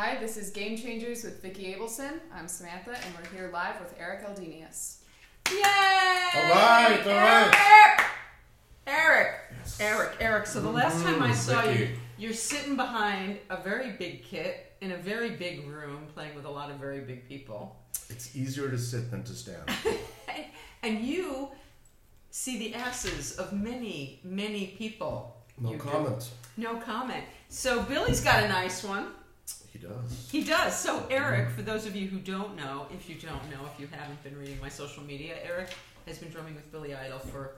Hi, this is Game Changers with Vicki Abelson. I'm Samantha, and we're here live with Eric Aldenius. Yay! All right, all right. Eric, Eric, Eric. So the last time I Mm, saw Vicky. you, you're sitting behind a very big kit in a very big room playing with a lot of very big people. It's easier to sit than to stand. And you see the asses of many, many people. No You do. comment. No comment. So Billy's got a nice one. He does. He does. So Eric, Mm. for those of you who don't know, if you don't know, if you haven't been reading my social media, Eric has been drumming with Billy Idol for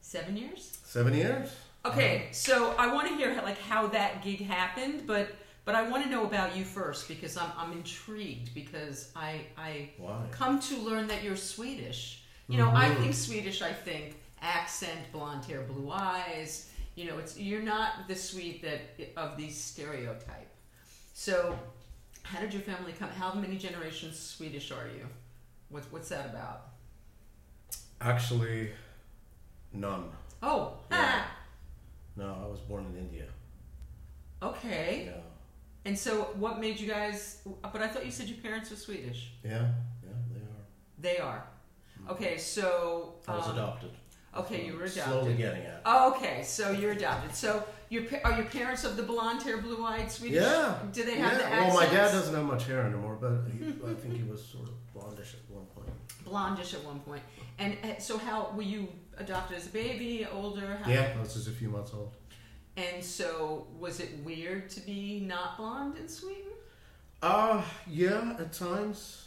seven years. Seven years? Okay, so I want to hear like how that gig happened, but but I want to know about you first because I'm I'm intrigued because I I Why? come to learn that you're Swedish. You know, I think Swedish. I think accent, blonde hair, blue eyes. You know, it's you're not the Swede that of the stereotype. So, how did your family come? How many generations Swedish are you? What, what's that about? Actually, none. Oh, Yeah. No, I was born in India. okay. Yeah. And so, what made you guys? But I thought you said your parents were Swedish. Yeah, yeah, they are. Mm. They are. Okay, so. I was um, adopted. Okay, you were Slowly adopted. getting at. Oh, okay, so you're adopted. So, your pa- are your parents of the blonde hair, blue eyed Swedish? Yeah. Do they have yeah. the Well, accents? my dad doesn't have much hair anymore, but he, I think he was sort of blondish at one point. Blondish at one point. And uh, so, how were you adopted as a baby, older? How, Yeah, I was just a few months old. And so, was it weird to be not blonde in Sweden? Uh, yeah, at times.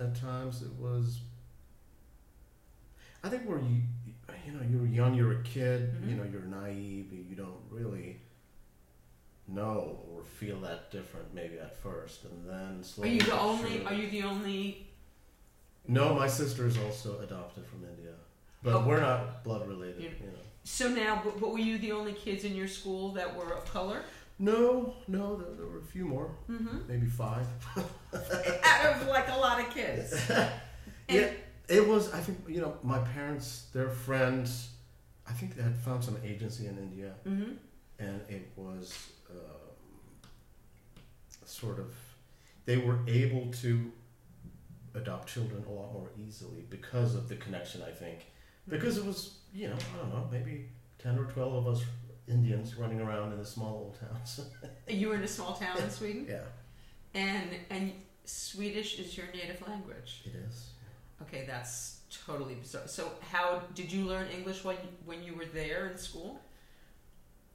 At times it was. I think where you, you know, you're young, you're a kid, Mm-hmm. you know, you're naive, you don't really know or feel that different maybe at first, and then Are slowly. you the but only? surely- Are you the only? No, my sister is also adopted from India, but Oh. we're not blood related, you You're- know. So now, but, but were you the only kids in your school that were of color? No, no, there, there were a few more, Mm-hmm. maybe five. out of like a lot of kids. And- yeah, it was. I think you know my parents, their friends. I think they had found some agency in India, Mm-hmm. and it was um, sort of they were able to adopt children a lot more easily because of the connection. I think because it was you know I don't know maybe ten or twelve of us Indians running around in the small old towns. You were in a small town in Sweden, yeah, and and Swedish is your native language. it is. Okay, that's totally bizarre. So, how did you learn English when you, when you were there in school?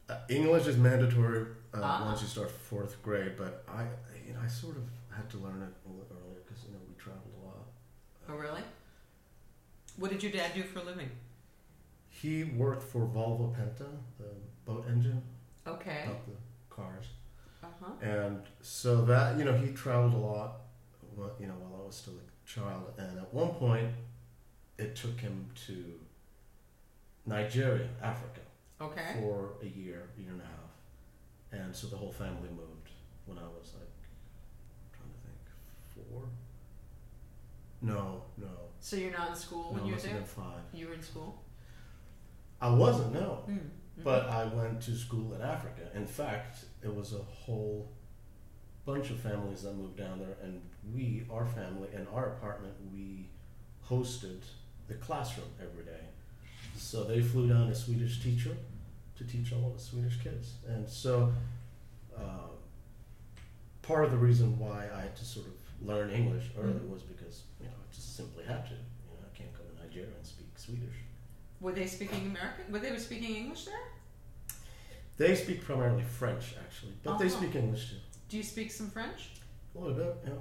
Uh, English is mandatory uh, Ah. once you start fourth grade, but I, you know, I sort of had to learn it a little earlier because you know we traveled a lot. Oh, really? What did your dad do for a living? He worked for Volvo Penta, the boat engine, Okay. not the cars, Oh. Uh huh. and so that you know he traveled a lot, wh- you know, while I was still a child, and at one point, it took him to Nigeria, Africa, Okay. for a year, year and a half. And so the whole family moved when I was like, trying to think, four? No, no. So you're not in school no, when I you were must have there. been five. You were in school. I wasn't, no. Mm. But I went to school in Africa. In fact, it was a whole bunch of families that moved down there, and we, our family, in our apartment, we hosted the classroom every day. So they flew down a Swedish teacher to teach all of the Swedish kids, and so uh, part of the reason why I had to sort of learn English early was because you know I just simply had to. You know, I can't go to Nigeria and speak Swedish. Were they speaking American? Were they were speaking English there? They speak primarily French, actually, but they Uh-huh. speak English too. Do you speak some French? A little bit, yeah.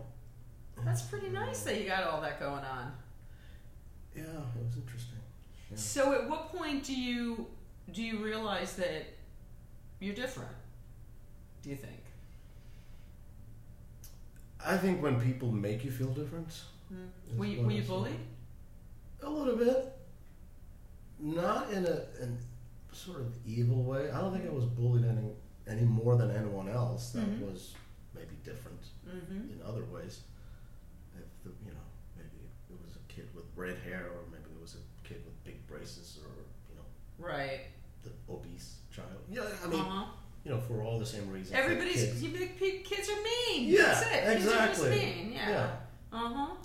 That's pretty nice that you got all that going on. Yeah, it was interesting. Yeah. So at what point do you do you realize that you're different? Do you think? I think when people make you feel different, That's Were you, what were I you said. bullied? a little bit, not in a in sort of evil way. I don't think I was bullied any any more than anyone else. That Mhm. was maybe different Mm-hmm. in other ways. If the, you know, maybe it was a kid with red hair, or maybe there was a kid with big braces, or you know, Mm-hmm. Right. the obese child. Yeah, I mean, uh-huh. you know, for all the same reasons. that Everybody's kids- you, think pe- kids are mean. Yeah, That's it. exactly. Kids are just mean. Yeah. Uh huh.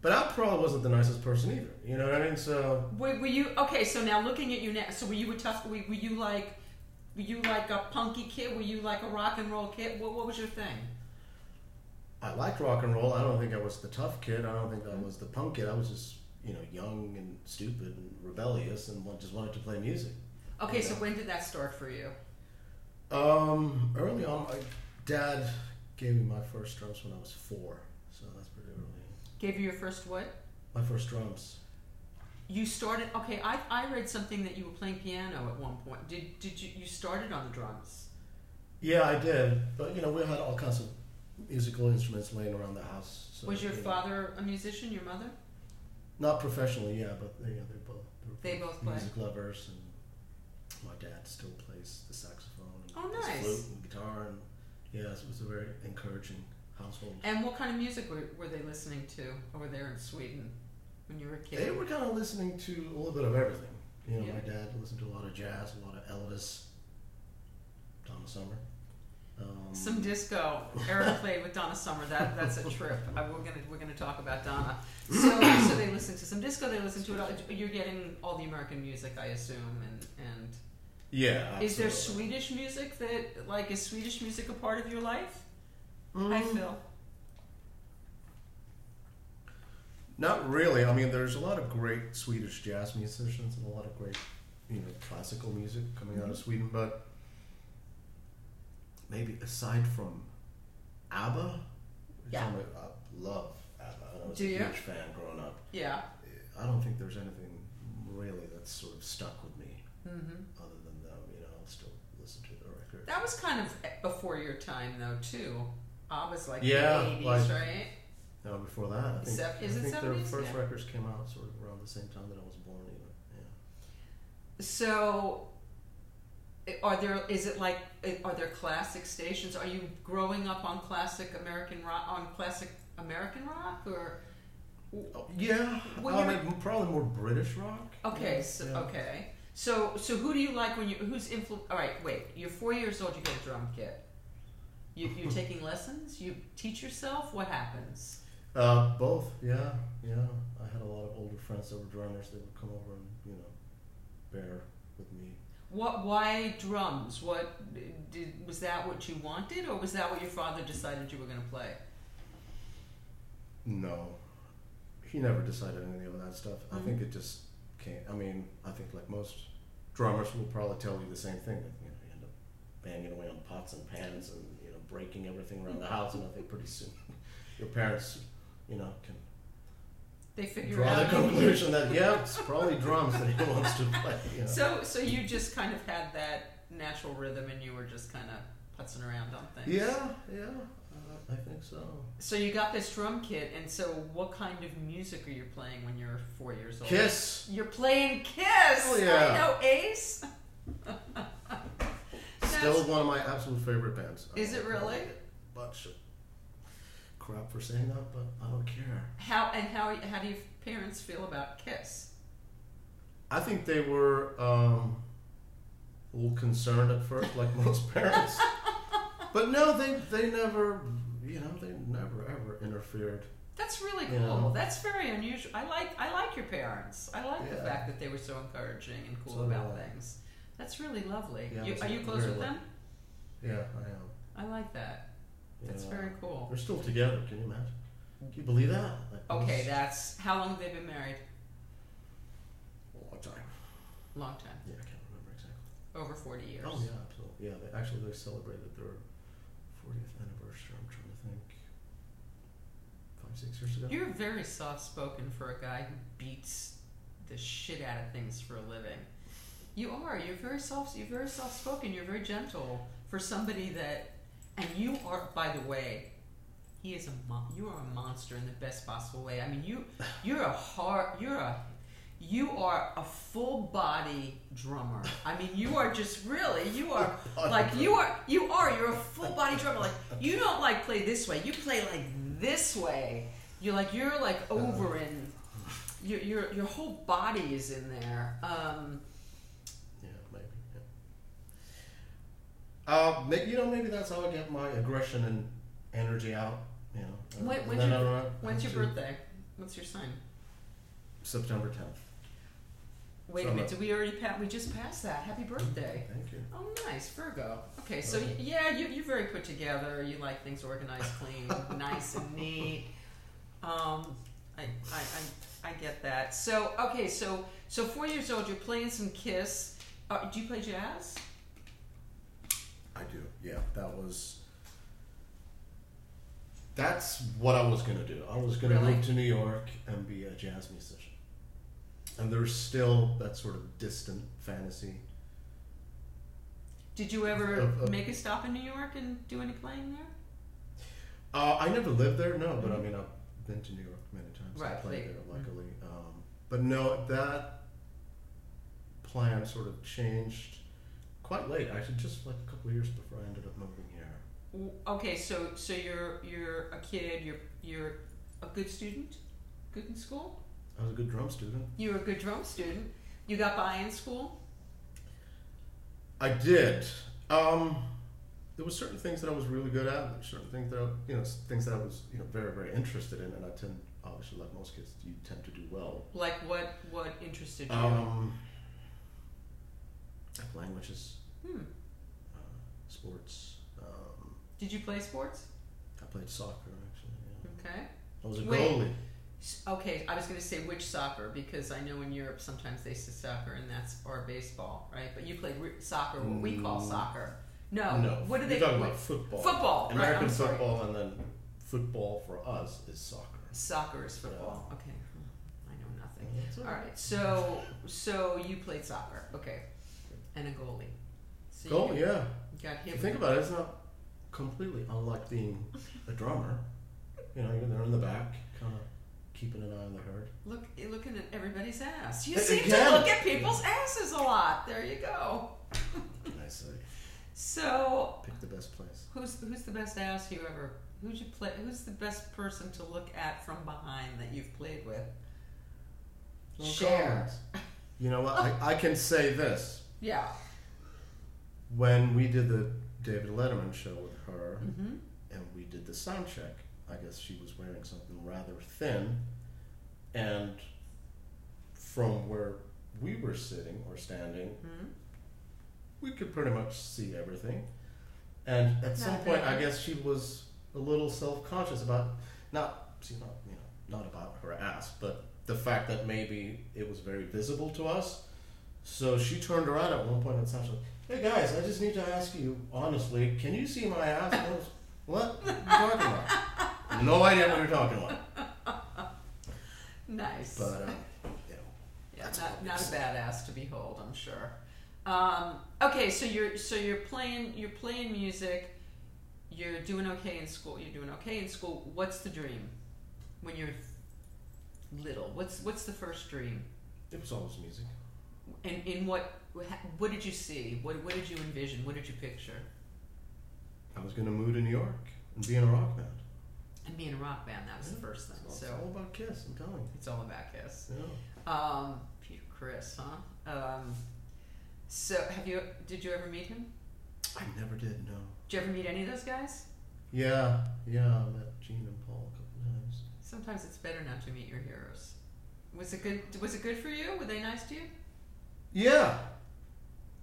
But I probably wasn't the nicest person either. You know what I mean? So Were, were you okay? So now looking at you now, so were you a tough? Were, were you like, were you like a punky kid? Were you like a rock and roll kid? What, what was your thing? I liked rock and roll. I don't think I was the tough kid. I don't think I was the punk kid. I was just you know young and stupid and rebellious and wa- just wanted to play music. Okay, so Yeah. when did that start for you? Um, early on, my dad gave me my first drums when I was four, so that's pretty early. Gave you your first what? My first drums. You started. Okay, I, I read something that you were playing piano at one point. Did did you you started on the drums? Yeah, I did. But you know, we had all kinds of musical instruments laying around the house. So, was your you know, father a musician? Your mother? not professionally? Yeah, but they, yeah, they both they, were They both play. music lovers, and my dad still plays the saxophone and Oh, his nice. flute and guitar, and yeah, so it was a very encouraging household. And what kind of music were, were they listening to over there in Sweden when you were a kid? They were kind of listening to a little bit of everything. You know, Yeah. my dad listened to a lot of jazz, a lot of Elvis, Donna Summer. Um, Some disco. Eric played with Donna Summer. That that's a trip. I, we're gonna we're gonna talk about Donna. So so they listen to some disco. They listen to it. all. You're getting all the American music, I assume. And and yeah. is there absolutely. Swedish music that like is Swedish music a part of your life? I Mm. feel. Not really. I mean, there's a lot of great Swedish jazz musicians and a lot of great, you know, classical music coming out of Mm-hmm. Sweden. But maybe aside from ABBA, which Yeah. I'm a- I love ABBA. I was Do a you? huge fan growing up. Yeah. I don't think there's anything really that's sort of stuck with me hmm other than them. You know, I'll still listen to their records. That was kind of before your time though too. I was like Yeah, the 80s, like- right? Now, before that, I think, Sep- is I it think their 70s? first Yeah. records came out sort of around the same time that I was born, even. Yeah. So, i- are there? Is it like? i- Are there classic stations? Are you growing up on classic American rock? On classic American rock, or Oh, yeah, Well, I you're- mean, probably more British rock. okay, Yeah, so, yeah. okay. So, so who do you like when you? Who's influ? All right, wait. You're four years old. You get a drum kit. You, you're taking lessons. You teach yourself. What happens? Uh, both, yeah, yeah. I had a lot of older friends that were drummers that would come over and you know, bear with me. What? Why drums? What did? Was that what you wanted, or was that what your father decided you were going to play? No, he never decided any of that stuff. I Mhm. think it just came. I mean, I think like most drummers will probably tell you the same thing. That, you know, you end up banging away on pots and pans and you know breaking everything around the house, and I think pretty soon your parents, you know, can They figure draw the out. conclusion that yeah, it's probably drums that he wants to play. You know. So, so you just kind of had that natural rhythm, and you were just kind of putzing around on things. Yeah, yeah, uh, I think so. So you got this drum kit, and so what kind of music are you playing when you're four years old? Kiss. You're playing Kiss. Hell yeah. I know Ace. Still one of my absolute favorite bands. I Is it don't know, really? Bunch of crap for saying that, but I don't care. How and how how do your parents feel about Kiss? I think they were um, a little concerned at first, like most parents. But no, they they never, you know, they never ever interfered. That's really cool. Yeah. That's very unusual. I like I like your parents. I like the Yeah. fact that they were so encouraging and cool So do about I. things. That's really lovely. Yeah, you, it's are you very close with lucky. them? Yeah, I am. I like that. You That's know, very cool. They're still together. Can you imagine? Can you believe that? Like, Okay, it's that's how long have they been married? a long time. Long time, Yeah, I can't remember exactly. over forty years. Oh yeah, absolutely. Yeah, they actually they celebrated their fortieth anniversary. I'm trying to think, five six years ago. You're very soft spoken for a guy who beats the shit out of things for a living. You are. You're very soft. You're very soft spoken. You're very gentle for somebody that, and you are. By the way, he is a mo- you are a monster in the best possible way. I mean, you you're a hard. You're a you are a full body drummer. I mean, you are just really you are like you are you are you're a full body drummer like you don't like play this way you play like this way you're like you're like over in your your your whole body is in there um Yeah, maybe. Yeah. Uh, may- you know, maybe that's how I get my aggression and energy out. You know. uh, When- and when's then your- I don't know, When's your to birthday? What's your sign? September 10th. Wait a From minute. a- Did we already pass? We just passed that. Happy birthday. Thank you. Oh, nice, Virgo. Okay, so Okay. yeah, you, you're very put together. You like things organized, clean, nice and neat. Um, I, I, I, I get that. So okay, so so four years old, you're playing some Kiss. Uh, do you play jazz? I do. Yeah, that was. That's what I was gonna do. I was gonna Really? move to New York and be a jazz musician. And there's still that sort of distant fantasy. Did you ever Of- of- make a stop in New York and do any playing there? Uh, I never lived there, no, but I Mhm. mean I've been to New York many times. I Right, Mm-hmm. played like- there, luckily. Um, but no, that plan sort of changed quite late. Actually, just like a couple of years before I ended up moving here. W- Okay, so so you're you're a kid. You're you're a good student, good in school. I was a good drum student. You were a good drum student. You got by in school. I did. Um, there were certain things that I was really good at, and certain things that I, you know, s- things that I was you know very very interested in, and I tend obviously like most kids, you tend to do well. Like what what interested you? uh, Um, like languages, Hmm. uh, sports. Um, Did you play sports? I played soccer actually. Yeah. Okay. I was a Wait. goalie. S- Okay, I was going to say which soccer because I know in Europe sometimes they say soccer and that's or baseball, right? But you played re- soccer, what we call Mm. soccer. No. no, oh, What do you're they talking what- about? Football. Football. right, American I'm sorry. football, and then football for us is soccer. Soccer is football. Okay. hmm, I know nothing. That's it. All right. So so you played soccer. Okay. And a goalie. So Goal, you yeah. got If hit you with think about it, it's not completely unlike being a drummer. You know, you're there in the back, kind of keeping an eye on the herd. Look, you're looking at everybody's ass. You A- seem again. to look at people's asses a lot. There you go. And I say, So, pick the best place. who's who's the best ass you ever? Who'd you play? Who's the best person to look at from behind that you've played with? Well, Share. Collins. You know what? I, I can say this. Yeah. When we did the David Letterman show with her, Mm-hmm. and we did the sound check, I guess she was wearing something rather thin, and from where we were sitting or standing, Mm-hmm. we could pretty much see everything. And at some Not point, bad. I guess she was a little self-conscious about not, she's not, you know, not about her ass, but the fact that maybe it was very visible to us. So she turned around at one point and Sasha, "Hey guys, I just need to ask you honestly, can you see my ass?" And I was, what? What are you talking about? No idea what you're talking about. Nice. But uh, you know, yeah, that's not, not a obvious. bad ass to behold, I'm sure. Um, okay, so you're so you're playing you're playing music. You're doing okay in school. You're doing okay in school. What's the dream when you're little? What's what's the first dream? it was always music. And in what what did you see? What what did you envision? What did you picture? I was gonna move to New York and be in a rock band. And being a rock band, that was the first thing. It's So all about Kiss. I'm telling you. it's all about Kiss. Yeah. Um, Peter Chris, huh? Um, so have you? Did you ever meet him? I never did. No. Did you ever meet any of those guys? Yeah, yeah, I met Gene and Paul a couple times. Sometimes it's better not to meet your heroes. Was it good? Was it good for you? Were they nice to you? Yeah,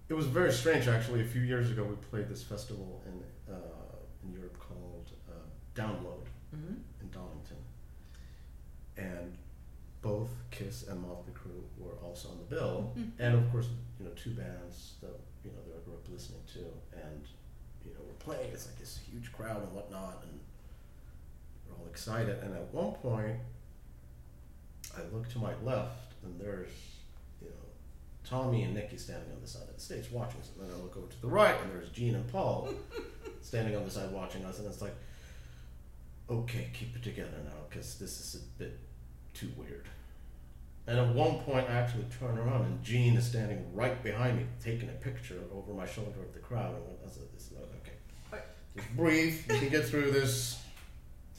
it was very strange actually. A few years ago, we played this festival in uh, in Europe called uh, Download Mm-hmm. in Donington, and both Kiss and Motley Crue were also on the bill, Hmm. and of course, you know, two bands that you know that I grew up listening to, and you know, we're playing. It's like this huge crowd and whatnot, and we're all excited. And at one point, I look to my left, and there's you know Tommy and Nikki standing on the side of the stage watching us, and then I look over to the right, and there's Gene and Paul standing on the side watching us, and it's like, okay, keep it together now, because this is a bit too weird. And at one point, I actually turn around, and Gene is standing right behind me, taking a picture over my shoulder of the crowd. And I said, "This is not okay. Just breathe. You can get through this."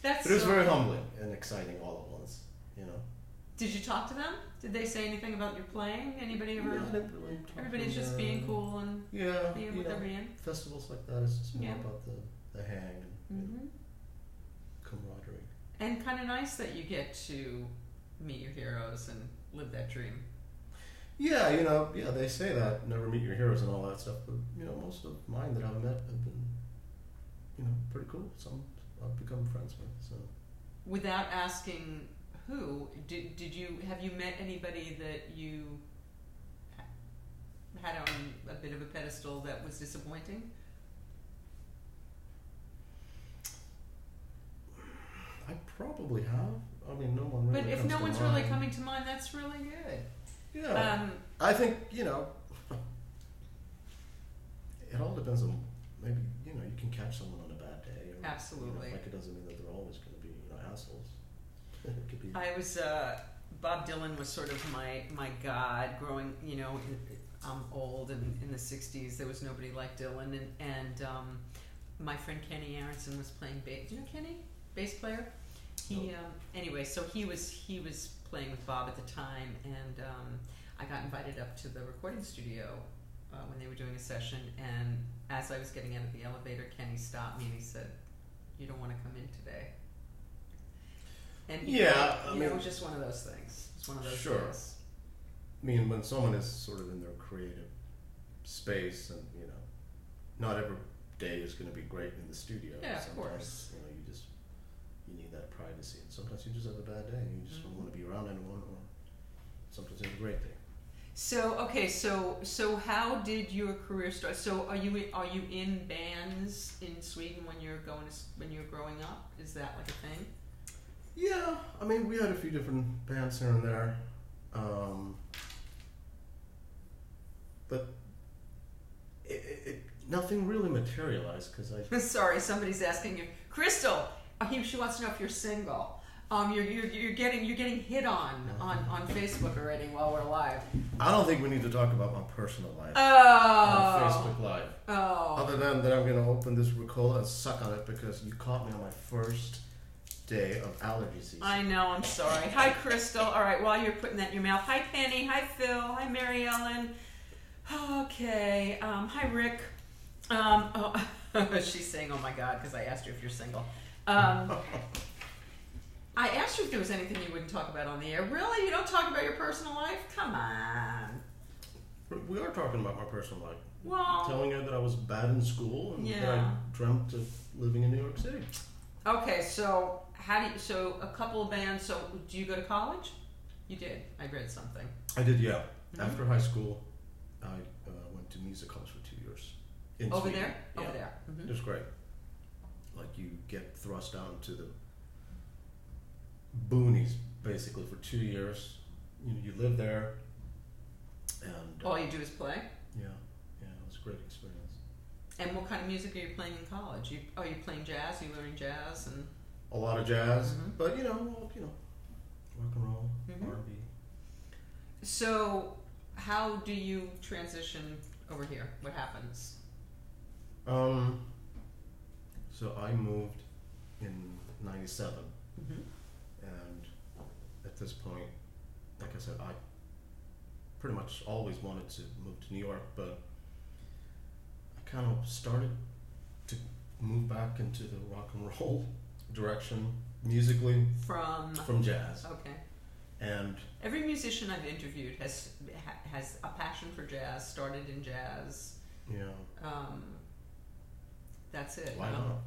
That's. But it was so- very humbling and exciting all at once. You know. Did you talk to them? Did they say anything about your playing? Anybody ever? Yeah, I didn't really talk to Everybody's just them. being cool and Yeah. being you what know, they're being. Festivals like that is just more Yeah. about the the hang. And, you know, Mm-hmm. and kind of nice that you get to meet your heroes and live that dream. Yeah, you know, yeah, they say that never meet your heroes and all that stuff, but you know, most of mine that I've met have been, you know, pretty cool. Some I've become friends with. So Without asking who, did, did you have you met anybody that you ha- had on a bit of a pedestal that was disappointing? I probably have. I mean, no one. Really But if comes no to Oh. one's mind. really coming to mind, that's really good. yeah, Um, I think you know. it all depends on maybe you know you can catch someone on a bad day. Or, you know, Absolutely. like it doesn't mean that they're always going to be you know assholes. it could be. I was uh, Bob Dylan was sort of my my god growing. You know, I'm old, and in the '60s there was nobody like Dylan, and and um, my friend Kenny Aronson was playing bass. Do you know Kenny, bass player? He um, anyway, so he was he was playing with Bob at the time, and um, I got invited up to the recording studio uh, when they were doing a session, and as I was getting out of the elevator, Kenny stopped me and he said, "You don't want to come in today." And you Yeah, know, I you know, mean- just one of those things. It's one of those Sure. things. I mean, when someone is sort of in their creative space, and you know, not every day is going to be great in the studio. Yeah, of Sometimes, course. You know, you just you need that privacy, and sometimes you just have a bad day, and you just Mhm. don't want to be around anyone, or sometimes you have a great day. So okay, so so how did your career start? So are you in, are you in bands in Sweden when you're going to, s- when you're growing up? Is that like a thing? Yeah, I mean, we had a few different bands here and there, um, but it, it, it, nothing really materialized because I Sorry, somebody's asking you, Crystal. uh, She wants to know if you're single. Um, you're, you're, you're getting you're getting hit on on on Facebook already while we're live. I don't think we need to talk about my personal life on Oh, Facebook Live. oh, Other than that, I'm gonna open this Ricola and suck on it because you caught me on my first day of allergy season. I know. I'm sorry. Hi, Crystal. All right, while you're putting that in your mouth. Hi, Penny. Hi, Phil. Hi, Mary Ellen. Okay. Um, hi, Rick. Um, oh, she's saying, "Oh my God," because I asked her if you're single. Um, I asked you if there was anything you wouldn't talk about on the air. Really? You don't talk about your personal life? Come on. we are talking about my personal life. Well, Telling her that I was bad in school and that I Oh. Yeah. dreamt of living in New York City. okay. So how do you? So a couple of bands. So do you go to college? You did. I read something. I did, yeah. Mhm. After high school, I uh, went to music college for two years. In Over Sweden. there. Yeah. Over there. It hmm was great. Like you get thrust out into the boonies basically for two years. You you live there, and uh, All you do is play. yeah, yeah, it was a great experience. And what kind of music are you playing in college? You are you playing jazz? you learning jazz and A lot of jazz, Mhm. but you know, well, you know, rock and roll, Mhm. R and B. so how do you transition over here? What happens? Um, so I moved in '97, Mm-hmm. and at this point, like I said, I pretty much always wanted to move to New York, but I kind of started to move back into the rock and roll direction musically From from jazz. okay, And every musician I've interviewed has ha- has a passion for jazz. Started in jazz. you know, Um, that's it. why Um, not?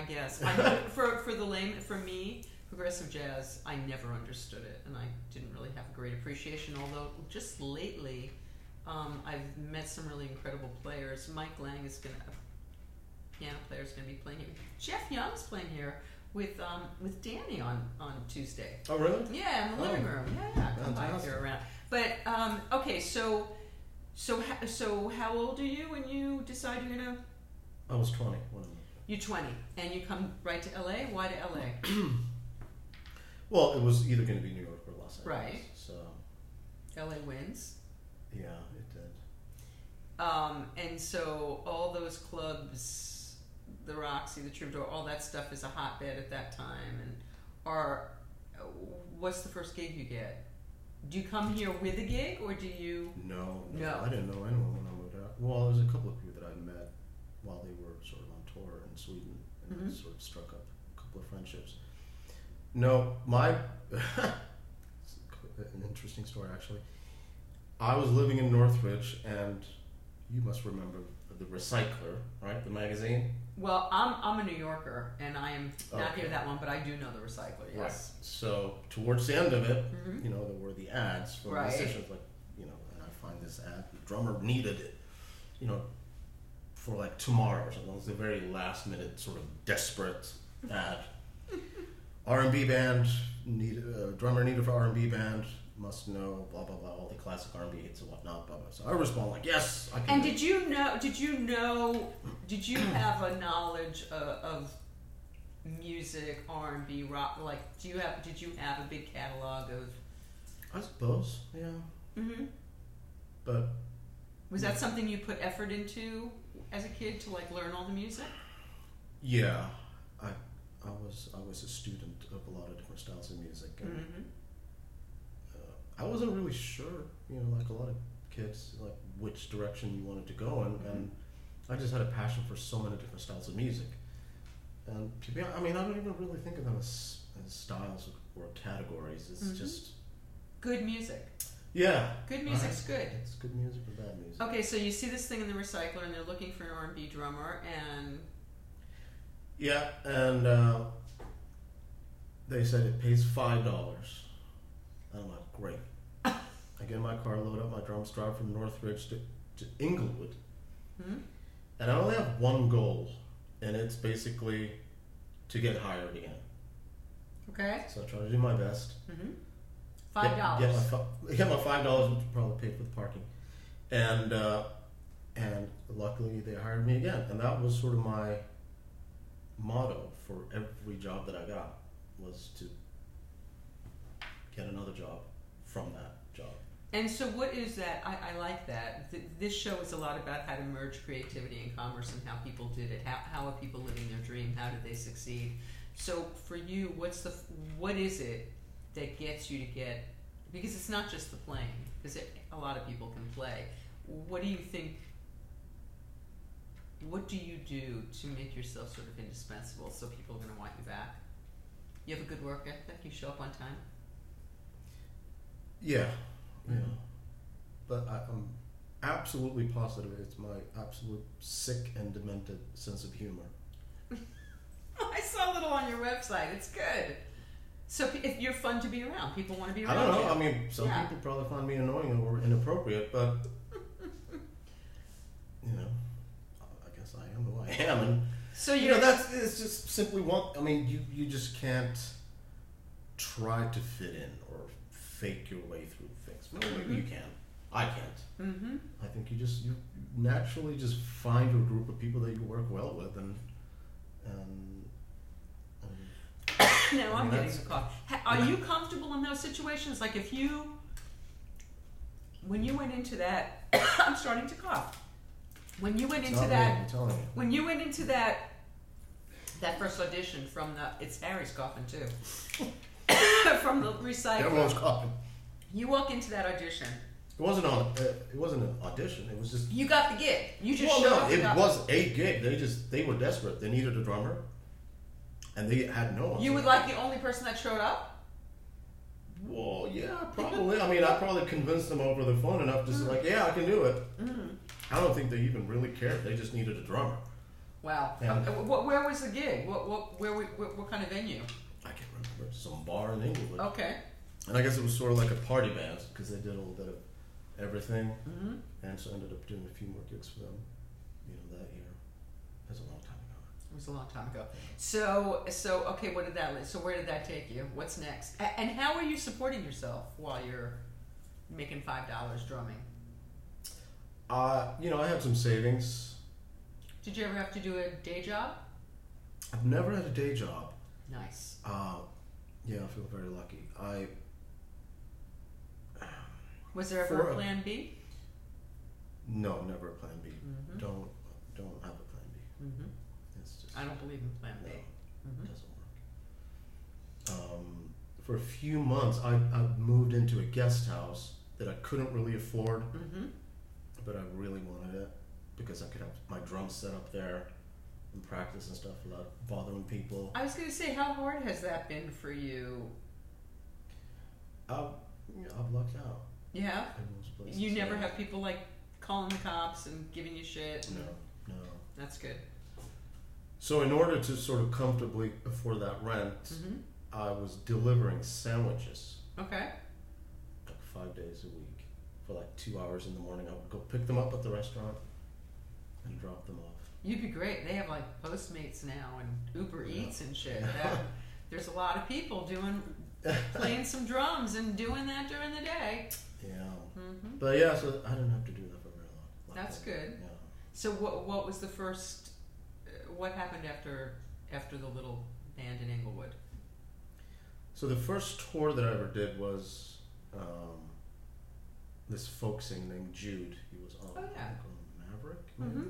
I guess I, for for the lame for me progressive jazz I never understood it and I didn't really have a great appreciation although just lately um, I've met some really incredible players Mike Lang is gonna a piano player is gonna be playing here Jeff Young's playing here with um, with Danny on on Tuesday Oh, really? yeah, in the living Oh. room. Yeah, come by if Fantastic. you're around. But um, okay, so so ho- so how old are you when you decide you're gonna? I was 20 when I moved. You're 20 and you come right to LA. Why to LA? Well, it was either going to be New York or Los Angeles. Right. So, LA wins. yeah, it did. Um, and so all those clubs, the Roxy, the Troubadour, all that stuff is a hotbed at that time. And are what's the first gig you get? Do you come here with a gig or do you? No, no, No. I didn't know anyone when I moved out. Well, there's a couple of people that I met while they were sort of on tour in Sweden, and Mhm. sort of struck up a couple of friendships. No, my an interesting story actually. I was living in Northridge, and you must remember the Recycler, right? The magazine. Well, I'm I'm a New Yorker, and I am not Okay. near that one, but I do know the recycler. Yes. Right. So towards the end of it, hmm you know, there were the ads for Right. musicians, like, you know, and I find this ad, the drummer needed it, you know, for like tomorrow or something. It was the very last minute sort of desperate ad. R&B band, need, uh, drummer needed for R&B band, must know, blah, blah, blah, all the classic R&B hits and whatnot, blah, blah. So I respond like, yes, I can And do did you know? Did you know? Did you have a knowledge of, of music, R and B, rock? Like, do you have? Did you have a big catalog of? it. I suppose, yeah. hmm But Was that something you put effort into as a kid to like learn all the music? yeah, I, I was I was a student of a lot of different styles of music. And Mm-hmm. uh, I wasn't really sure, you know, like a lot of kids, like which direction you wanted to go in, and I just had a passion for so many different styles of music. And to be hon- I mean, I don't even really think of them as, as styles or categories. It's Mhm. just, Good music. yeah, Good music's good. it's good music or bad music. Okay, so you see this thing in the recycler, and they're looking for an R and B drummer, and Yeah, and uh, they said it pays five dollars. And I'm like, great. I get in my car, load up my drums, drive from Northridge to, to Inglewood. Hmm? And I only have one goal, and it's basically to get hired again. okay, So I try to do my best. hmm five Get- dollars. Get, my fi- get my five dollars, which probably paid for the parking, and uh, and luckily they hired me again, and that was sort of my motto for every job that I got was to get another job from that job. And so, what is that? I, I like that. Th- this show is a lot about how to merge creativity and commerce and how people did it. How, how are people living their dream? How did they succeed? So, for you, what's the what is it that gets you to get? Because it's not just the playing, because a lot of people can play. What do you think? What do you do to make yourself sort of indispensable so people are going to want you back? You have a good work ethic. You show up on time. Yeah, yeah. Mhm. But I, I'm absolutely positive it's my absolute sick and demented sense of humor. I saw a little on your website. It's good. So p- if you're fun to be around, people want to be I around don't know. you. I mean, some Yeah. people probably find me annoying or inappropriate, but you know, I guess I am who I am, and so you you know that's it's just simply one. I mean, you you just can't try to fit in or fake your way through things. Well, maybe Mm-hmm. you can. I can't. hmm I think you just you naturally just find your group of people that you work well with, and and. and No, I'm getting mean, that's- the call. Ha- Are you comfortable in those situations? Like if you, when you went into that, I'm starting to cough. When you went it's into not me, that, I'm telling you. when you went into that, that first audition from the, it's Harry's coughing too, from the Everyone's recycle. coughing. You walk into that audition. It wasn't on. Uh, it wasn't an audition. It was just. You got the gig. You just well, showed no, up. and it got the was a gig. They just they were desperate. They needed a drummer, and they had no one. You were like the only person that showed up? Well, yeah, probably. I mean, I probably convinced them over the phone enough, just Mm. like, yeah, I can do it. I don't think they even really cared. They just needed a drummer. Wow. Yeah. Uh, wh- where was the gig? What, what, where, we, what, what kind of venue? I can't remember some bar in England, Okay. and I guess it was sort of like a party band because they did a little bit of everything, Mm-hmm. and so ended up doing a few more gigs for them, you know, that year. That's a long time ago. It was a long time ago. So, so okay, what did that lead? So, where did that take you? What's next? A- and how are you supporting yourself while you're making five dollars drumming? Uh, you know, I had some savings. Did you ever have to do a day job? I've never had a day job. Nice. Uh, yeah, I feel very lucky. I Was there ever For a a- plan B? no, never a plan B. Mm-hmm. Don't don't have a plan B. Mm-hmm. It's just I don't believe in plan no, B. it Mm-hmm. doesn't work. Um, for a few months, I, I moved into a guest house that I couldn't really afford, Mm-hmm. but I really wanted it because I could have my drum set up there. and practice and stuff without bothering people. I was going to say, how hard has that been for you? I've, I've lucked out Yeah, in most places. you never yeah. have people like calling the cops and giving you shit. No, no. That's good. So in order to sort of comfortably afford that rent, hmm I was delivering sandwiches Okay. like five days a week for like two hours in the morning. I would go pick them up at the restaurant and drop them off. You'd be great. They have like Postmates now and Uber Yeah. Eats and shit. That, there's a lot of people doing, playing some drums and doing that during the day. yeah. hmm But yeah, so I didn't have to do that for very long. luckily. That's good. Yeah. So what what was the first? uh, What happened after after the little band in Englewood? So the first tour that I ever did was um, this folk singer named Jude. He was on Oh, yeah. Mm-hmm. Maverick, maybe?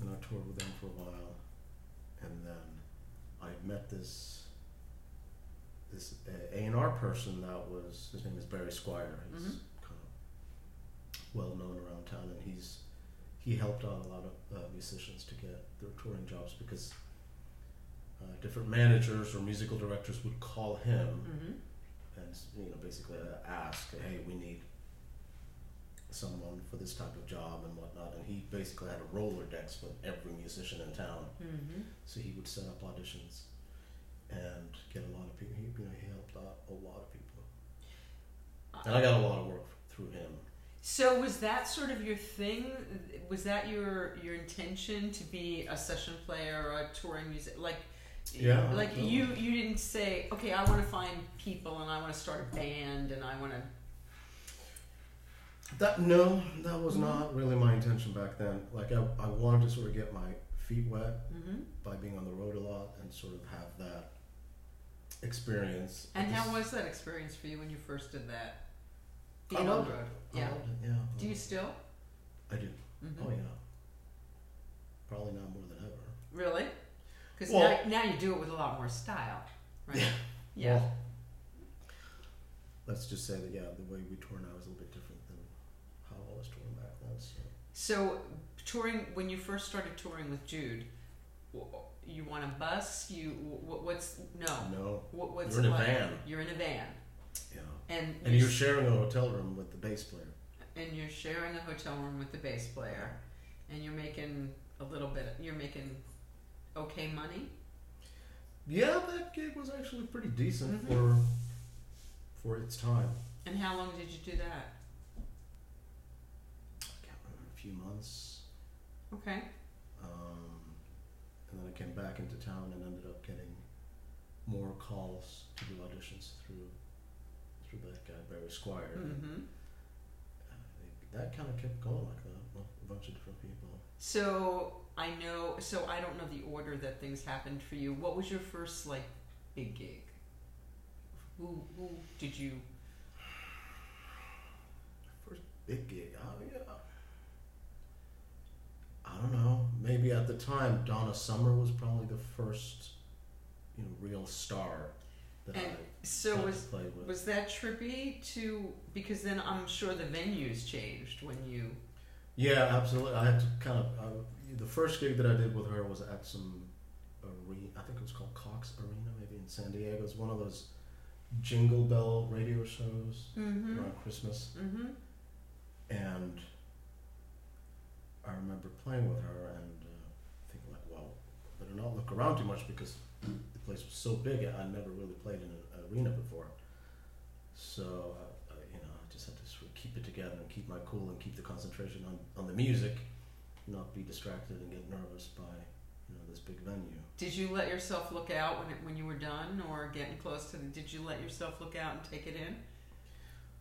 and I toured with them for a while, and then I met this this uh, A and R person that was his name is Barry Squire. He's Mhm. kind of well known around town, and he's he helped out a lot of uh, musicians to get their touring jobs because uh, different managers or musical directors would call him Mm-hmm. and you know basically uh, ask, hey, we need someone for this type of job and whatnot. And he basically had a roller decks with every musician in town, Mm-hmm. so he would set up auditions and get a lot of people. He, you know, he helped out a lot of people, and I got a lot of work through him. So was that sort of your thing? Was that your your intention to be a session player or a touring music like? Yeah, Like no. you you didn't say okay I want to find people and I want to start a band and I want to That no, that was not really my intention back then. Like I, I wanted to sort of get my feet wet mm-hmm. by being on the road a lot and sort of have that experience. and At how this- was that experience for you when you first did that? I Being on loved the road. I Yeah. loved it, yeah. I Do you loved still? it. I do. Mm-hmm. Oh yeah. Probably not more than ever. Really? Because Well- now, now you do it with a lot more style, right? Yeah. Yeah. Well, let's just say that yeah, the way we tour now is a little bit different than how I was touring back then. So So touring when you first started touring with Jude, w- you want a bus? You wh- what's no? no. What, what's You're in it a like? van. You're in a van, Ah. Yeah. and And you're sharing a hotel room with the bass player. and you're sharing a hotel room with the bass player, and you're making a little bit. You're making okay money. Yeah, that gig was actually pretty decent Mhm. for for its time. And how long did you do that? I can't remember, a few months. Okay. Um, and then I came back into town and ended up getting more calls to do auditions through through that guy Barry Squire. Mm-hmm. Uh, they- that kind of kept going like that with a bunch of different people. So I know. So I don't know the order that things happened for you. What was your first like big gig? Who who did you? First big gig, oh yeah. I don't know. Maybe at the time, Donna Summer was probably the first, you know, real star that And I So got was to play with. Was that trippy to because then I'm sure the venues changed when you yeah, absolutely. I had to kind of. I, the first gig that I did with her was at some arena. I think it was called Cox Arena, maybe in San Diego. It was one of those jingle bell radio shows mm-hmm. around Christmas. Mm-hmm. and I remember playing with her and uh, thinking like, well, better not look around too much because the place was so big. I never really played in an arena before, so I, I, you know, I just had to sort of keep it together and keep my cool and keep the concentration on on the music, not be distracted and get nervous by you know this big venue. Did you let yourself look out when it, when you were done or getting close to the did you let yourself look out and take it in?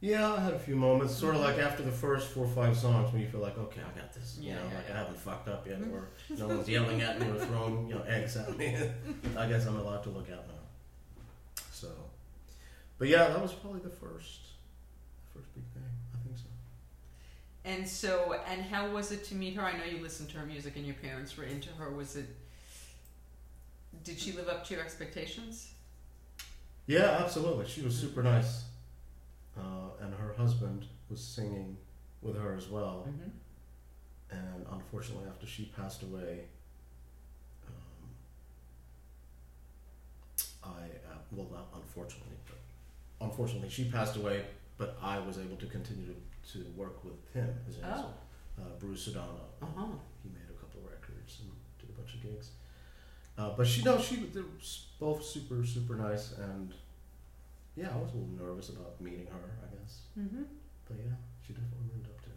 Yeah, I had a few moments, sort of like after the first four or five songs, when you feel like, okay, I got this. Mm-hmm. Yeah, you know, yeah, like yeah. I haven't fucked up yet, or no one's yelling at me or throwing you know eggs at me. I guess I'm allowed to look out now. So, but yeah, that was probably the first, first big thing. I think so. And so and how was it to meet her? I know you listened to her music and your parents were into her. Was it did she live up to your expectations? Yeah, absolutely. She was super nice, uh, and her husband was singing with her as well. Mm-hmm. And unfortunately, after she passed away, um, uh, unfortunately, but unfortunately, she passed away. But I was able to continue to, to work with him. His name is Oh. uh, Bruce Sedano. Uh huh. He made a couple records and did a bunch of gigs. Uh, but she, no, she, they were s- both super, super nice. And yeah, I was a little nervous about meeting her, I guess. Mm-hmm. But yeah, she definitely lived up to it.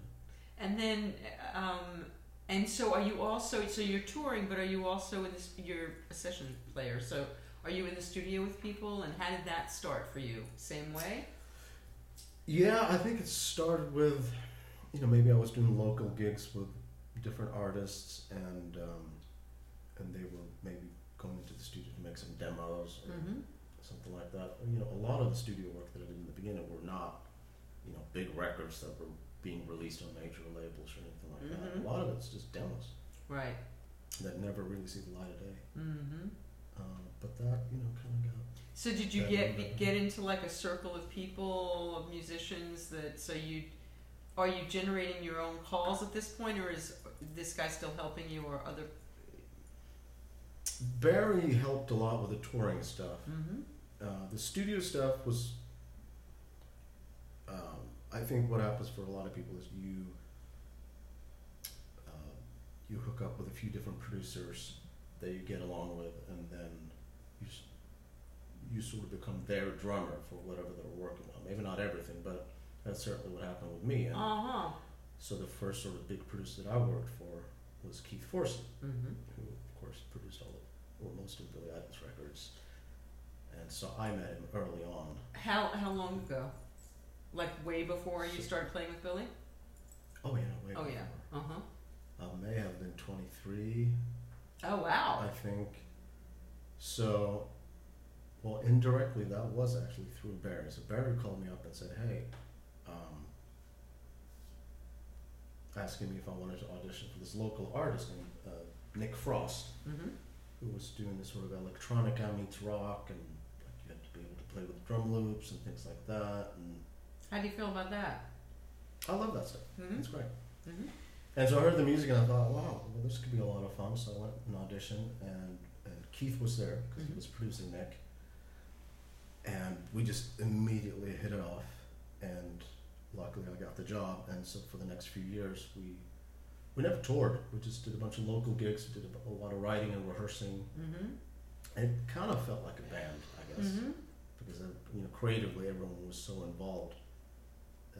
And then, um, and so are you also? So you're touring, but are you also in this? You're a session player, so are you in the studio with people? And how did that start for you? Same way. Yeah, I think it started with, you know, maybe I was doing local gigs with different artists, and um, and they were maybe going into the studio to make some demos or Mm-hmm. something like that. You know, a lot of the studio work that I did in the beginning were not, you know, big records that were being released on major labels or anything like that. Mhm. A lot of it's just demos Right. that never really see the light of day. Mm-hmm. Um, but that, you know, kind of got So did you Yeah, get yeah. get into like a circle of people of musicians that so you are you generating your own calls at this point or is this guy still helping you or other Barry helped a lot with the touring stuff. mm-hmm. uh, the studio stuff was um, I think what happens for a lot of people is you uh, you hook up with a few different producers that you get along with and then you s- you sort of become their drummer for whatever they're working on maybe not everything but that's certainly what happened with me and uh-huh so the first sort of big producer that I worked for was Keith Forson mm-hmm. who of course produced all of, or most of Billy Idol's records. And so I met him early on. how how long ago like way before you started playing with Billy Oh yeah, way Oh, before. yeah. uh-huh I may have been 23, oh I wow think. So, well, indirectly that was actually through Barry. So Barry called me up and said, "Hey, um, asking me if I wanted to audition for this local artist named uh, Nick Frost." mm-hmm. who was doing this sort of electronica meets rock, and like, you had to be able to play with drum loops and things like that. And how do you feel about that I love that stuff. mm-hmm. It's great. Mm-hmm. And so I heard the music and I thought, wow, well, this could be a lot of fun. So I went and auditioned, and, and Keith was there because Mhm. he was producing Nick. And we just immediately hit it off, and luckily I got the job. And so for the next few years, we we never toured. We just did a bunch of local gigs, did a, a lot of writing and rehearsing. Mm-hmm. It kind of felt like a band, I guess. Mm-hmm. because uh, you know creatively everyone was so involved,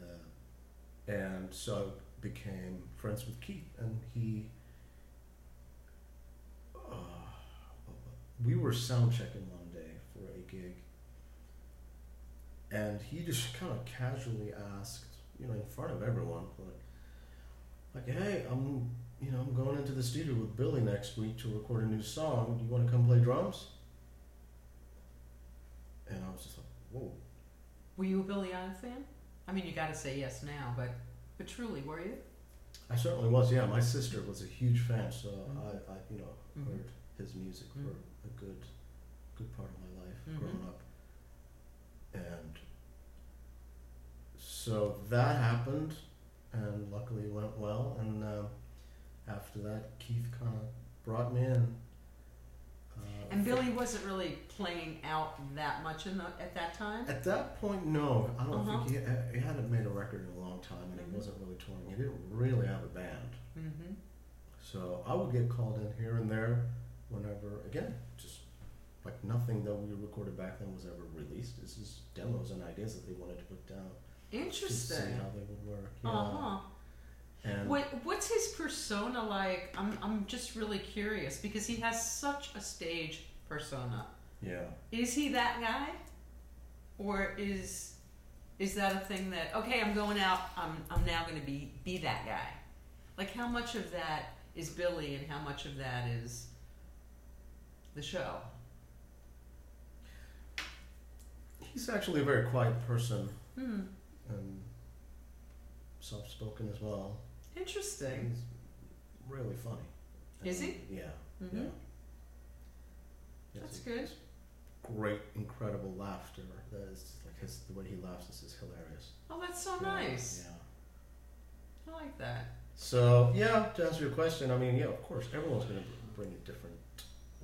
uh, and so I became friends with Keith, and he. Uh, we were sound checking one day for a gig, and he just kind of casually asked, you know, in front of everyone, like, like, hey, I'm. You know, I'm going into the studio with Billy next week to record a new song. Do you want to come play drums? And I was just like, whoa, were you a Billy Idol fan I mean you got to say yes now but but truly were you I certainly was. Yeah, my sister was a huge fan, so Mhm. I, I, you know, Mhm. heard his music for Mhm. a good, good part of my life Mhm. growing up, and so that happened, and luckily it went well. And uh, after that, Keith kind of brought me in. Uh, And for- Billy wasn't really playing out that much in the, at that time. At that point, no, I don't Uh-huh. think he, he hadn't made a record in a long time, and Mhm. he wasn't really touring. He didn't really have a band. Mm-hmm. So I would get called in here and there whenever, again, just like nothing that we recorded back then was ever released. It's just demos and ideas that they wanted to put down to see Interesting. how they would work. Yeah. Uh huh. And What What's his persona like? I'm I'm just really curious because he has such a stage persona. yeah, Is he that guy, or is is that a thing that okay? I'm going out. I'm I'm now going to be be that guy. Like how much of that is Billy, and how much of that is the show? he's actually a very quiet person Hmm. and soft spoken as well. Interesting. He's really funny. Is And, Yeah. Mhm. Yeah. He has That's a- good. Great, incredible laughter. That is like his the way he laughs is just hilarious. Oh, that's so Yeah, nice. Yeah. I like that. So yeah, to answer your question, I mean yeah, of course, everyone's going to bring a different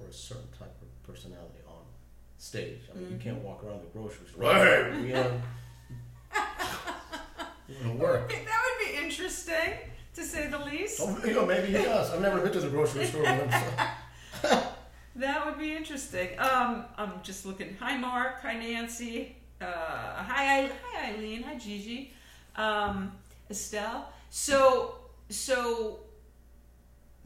or a certain type of personality on stage. I mean, you Mhm. can't walk around the grocery store. Right. You know, it wouldn't work. That would be interesting, to say the least. Oh, you know, maybe he does. I've never been to the grocery store. With him, so. That would be interesting. Um, I'm just looking. Hi, Mark. Hi, Nancy. Uh, hi, I- hi, Eileen. Hi, Gigi. Um, Estelle. So, so,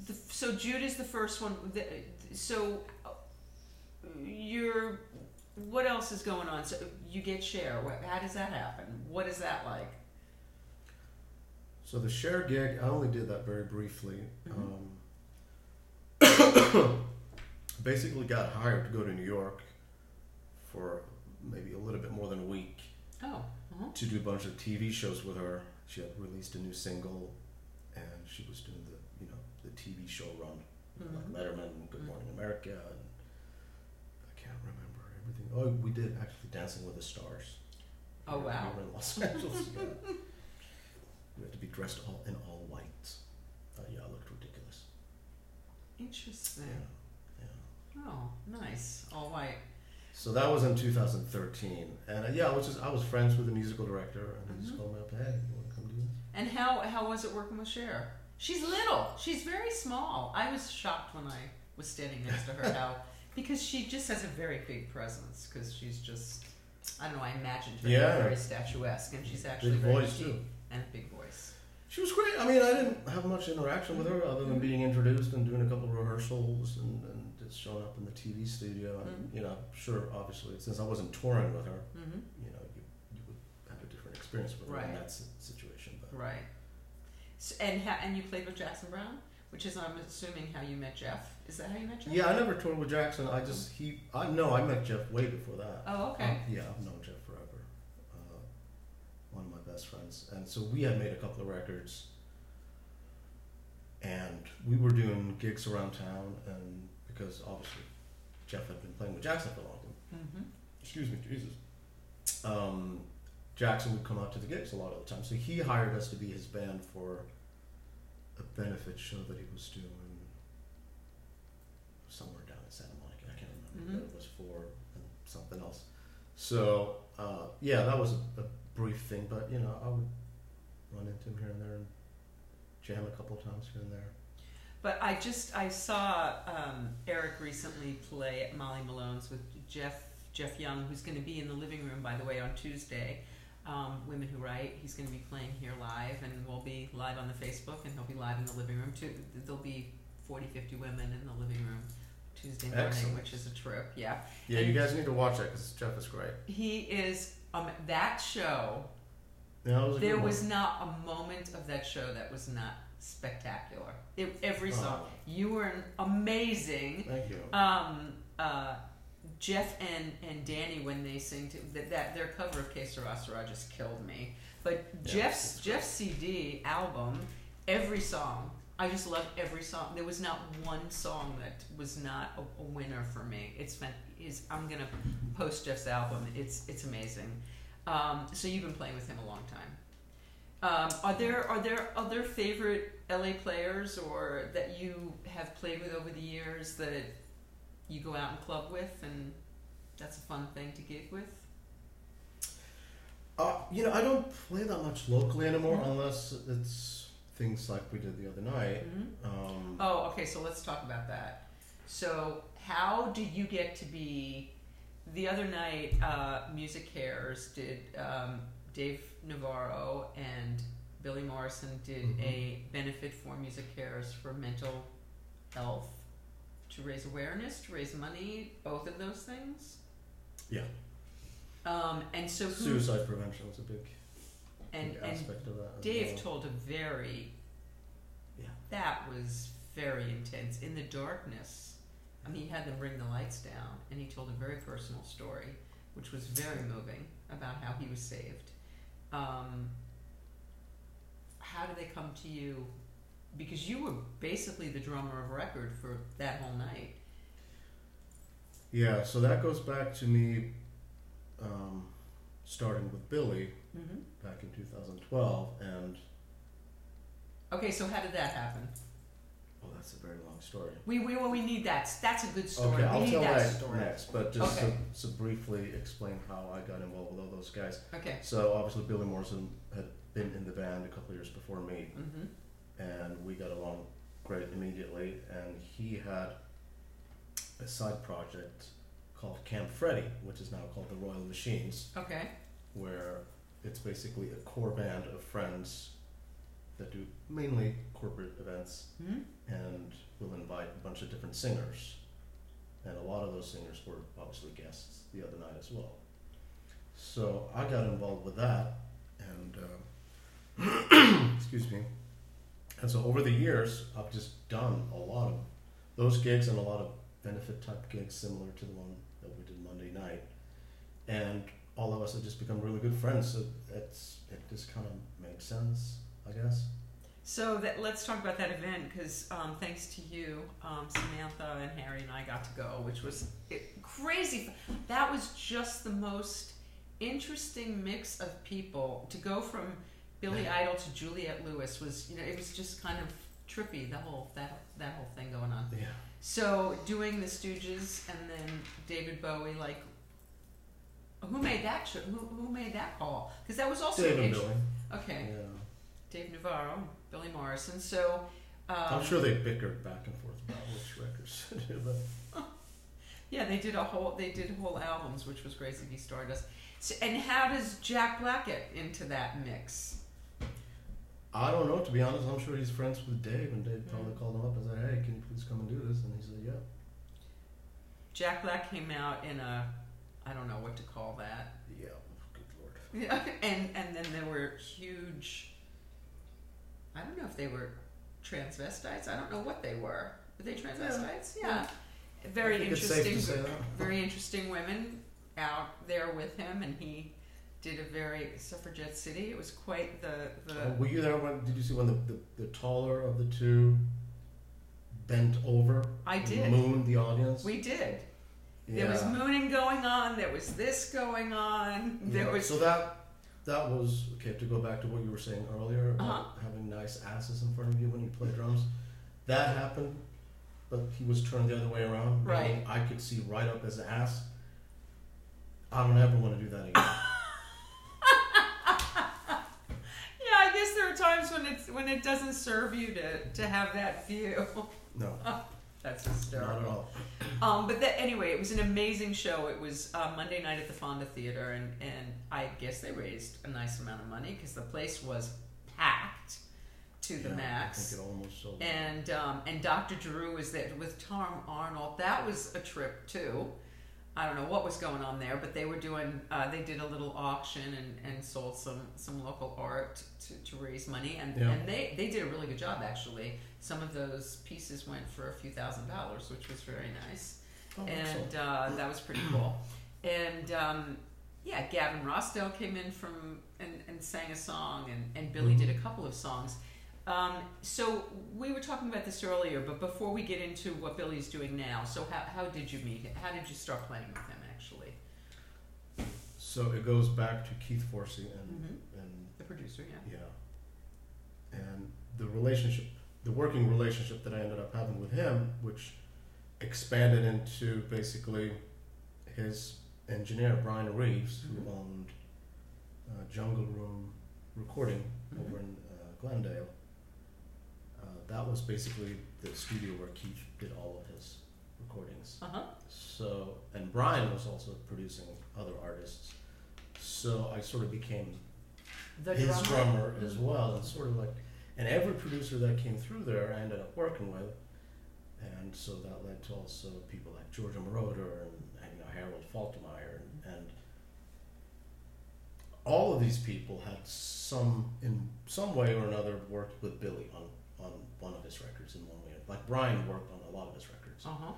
the, so Jude is the first one. The- So, uh, you're. What else is going on? So you get share. What, how does that happen? What is that like? So the share gig, I only did that very briefly. Um, basically, got hired to go to New York for maybe a little bit more than a week Oh, uh-huh. to do a bunch of TV shows with her. She had released a new single, and she was doing the you know the TV show run Mhm. like Letterman, and Good Mhm. Morning America, and I can't remember everything. Oh, we did actually Dancing with the Stars. Oh, wow. We were in Los Angeles. yeah. We had to be dressed all in all white. Uh, yeah, I looked ridiculous. interesting. Yeah. yeah. Oh, nice. All white. So that was in 2013, and uh, yeah, I was just I was friends with the musical director, and he just Mhm. called me up, hey, you want to come do this? And how how was it working with Cher? She's little. She's very small. I was shocked when I was standing next to her how because she just has a very big presence because she's just I don't know. I imagined her Yeah. very statuesque, and she's actually Big very voice petite too. and a big voice. She was great. I mean, I didn't have much interaction with her other than Mhm. being introduced and doing a couple of rehearsals and, and just showing up in the TV studio. And, You know, sure, obviously, since I wasn't touring with her, Mm-hmm. you know, you, you would have a different experience with her in Right. that si- situation. But Right. So, and ha- and you played with Jackson Brown, which is I'm assuming how you met Jeff. Is that how you met Jeff? yeah, I never toured with Jackson. I just he I no, I met Jeff way before that. Oh, okay. Um, yeah, I've known Jeff forever. Uh, one of my best friends. And so we had made a couple of records. And we were doing gigs around town. And because obviously Jeff had been playing with Jackson for a long time. Mm-hmm. Excuse me, Jesus. Um, Jackson would come out to the gigs a lot of the time. So he hired us to be his band for a benefit show that he was doing somewhere down in Santa Monica. I can't remember Mm-hmm. what it was for and something else. So uh, yeah, that was a, a brief thing, but you know, I would run into him here and there and jam a couple times here and there. But I just I saw um, Eric recently play at Molly Malone's with Jeff Jeff Young, who's going to be in the living room by the way on Tuesday. Um, Women Who Write. He's going to be playing here live, and we'll be live on the Facebook, and he'll be live in the living room too. There'll be 40, 50 women in the living room Tuesday morning, Excellent. which is a trip. Yeah, Yeah, you guys need to watch that because Jeff is great. he is um, that show. Yeah, that was a There good one. was not a moment of that show that was not spectacular. It, every song. Oh, You were amazing. thank you. um, uh, Jeff and, and Danny when they sing to, that, that their cover of K Sarasara just killed me. But Yeah, Jeff's it's great. Jeff's CD album, every song, I just loved every song. There was not one song that was not a, a winner for me. It's been is I'm gonna post Jeff's album. It's it's amazing. Um, so you've been playing with him a long time. Um, are there are there other favorite LA players or that you have played with over the years that you go out and club with, and that's a fun thing to gig with? Uh, you know, I don't play that much locally anymore unless it's things like we did the other night. hmm Um, Oh, okay. So let's talk about that. So how do you get to be? The other night, uh, Music Cares did um, Dave Navarro and Billy Morrison did a benefit for Music Cares for mental health to raise awareness, to raise money, both of those things. Yeah. Um, and so who suicide prevention was a big, and, big and aspect of that. as Dave well. told a very Yeah. that was very intense in the darkness. I mean, he had them bring the lights down, and he told a very personal story, which was very moving about how he was saved. Um, how do they come to you? Because you were basically the drummer of record for that whole night. Yeah, so that goes back to me um, starting with Billy Mm-hmm. back in 2012, and Okay, so how did that happen? Well, oh, that's a very long story. We we well, we need that. That's a good story. Okay, we I'll need tell that that story. next, but just Okay. to, to briefly explain how I got involved with all those guys. Okay. So obviously, Billy Morrison had been in the band a couple of years before me, Mm-hmm. and we got along great immediately. And he had a side project called Camp Freddy, which is now called the Royal Machines, Okay. where it's basically a core band of friends that do mainly corporate events hmm and we'll invite a bunch of different singers. And a lot of those singers were obviously guests the other night as well. So I got involved with that, and um, excuse me. And so over the years, I've just done a lot of those gigs and a lot of benefit type gigs similar to the one that we did Monday night. And all of us have just become really good friends, so it's it just kind of makes sense, I guess. So that let's talk about that event because um, thanks to you, um, Samantha and Harry and I got to go, which was it, crazy. That was just the most interesting mix of people to go from Billy Idol to Juliette Lewis was you know it was just kind of trippy the whole that that whole thing going on. Yeah. So doing the Stooges and then David Bowie like. Who made that? cho- Who, who made that call? Because that was also Dave an and inter- Billy. okay. Yeah. Dave Navarro, Billy Morrison. So, um, I'm sure they bickered back and forth about which records to do, but yeah, they did a whole they did whole albums, which was Grace V Stardust. So, and how does Jack Black get into that mix? I don't know. To be honest, I'm sure he's friends with Dave, and Dave probably Mm. called him up and said, "Hey, can you please come and do this?" And he said, "Yeah." Jack Black came out in a I don't know what to call that. Yeah. Good lord. Yeah, and and then there were huge. I don't know if they were transvestites. I don't know what they were. Were they transvestites? Yeah. Very I think interesting. Uh, It's safe to say that. very interesting women out there with him, and he did a very suffragette city. It was quite the the. Uh, were you there when? Did you see when the, the, the taller of the two bent over? I and did. Mooned the audience. We did. yeah. There was mooning going on. There was this going on. There Yeah. was So that that was okay. To go back to what you were saying earlier about Uh-huh. having nice asses in front of you when you play drums, that happened, but he was turned the other way around. Right. I could see right up his ass. I don't ever want to do that again. yeah. I guess there are times when it's when it doesn't serve you to to have that view. No, That's not at hysterical. all. Um, but that, anyway, it was an amazing show. It was uh, Monday night at the Fonda Theater, and, and I guess they raised a nice amount of money because the place was packed to the Yeah, I max. think it almost sold. out. And um, and Dr. Drew was there with Tom Arnold. That was a trip too. I don't know what was going on there, but they were doing. Uh, they did a little auction and, and sold some some local art to, to raise money, and Yeah. and they they did a really good job actually. Some of those pieces went for a few thousand dollars, which was very nice, Oh, excellent. and uh, that was pretty cool. And um, yeah, Gavin Rossdale came in from and, and sang a song, and and Billy Mhm. did a couple of songs. Um, so we were talking about this earlier, but before we get into what Billy's doing now, so how, how did you meet? How did you start playing with him actually? so it goes back to Keith Forsey and Mm-hmm. and The producer, yeah. Yeah. And the relationship, the working relationship that I ended up having with him, which expanded into basically his engineer, Brian Reeves, Mhm. who owned uh, Jungle Room Recording over Mhm. in uh, Glendale. Uh, that was basically the studio where Keith did all of his recordings. Uh huh. So, and Brian was also producing other artists. So I sort of became The his drummer. drummer as well, and sort of like, and every producer that came through there, I ended up working with, and so that led to also people like Georgia Moroder and, and you know Harold Faltermeyer and, and all of these people had some in some way or another worked with Billy on on one of his records in one way, like Brian worked on a lot of his records, Uh huh.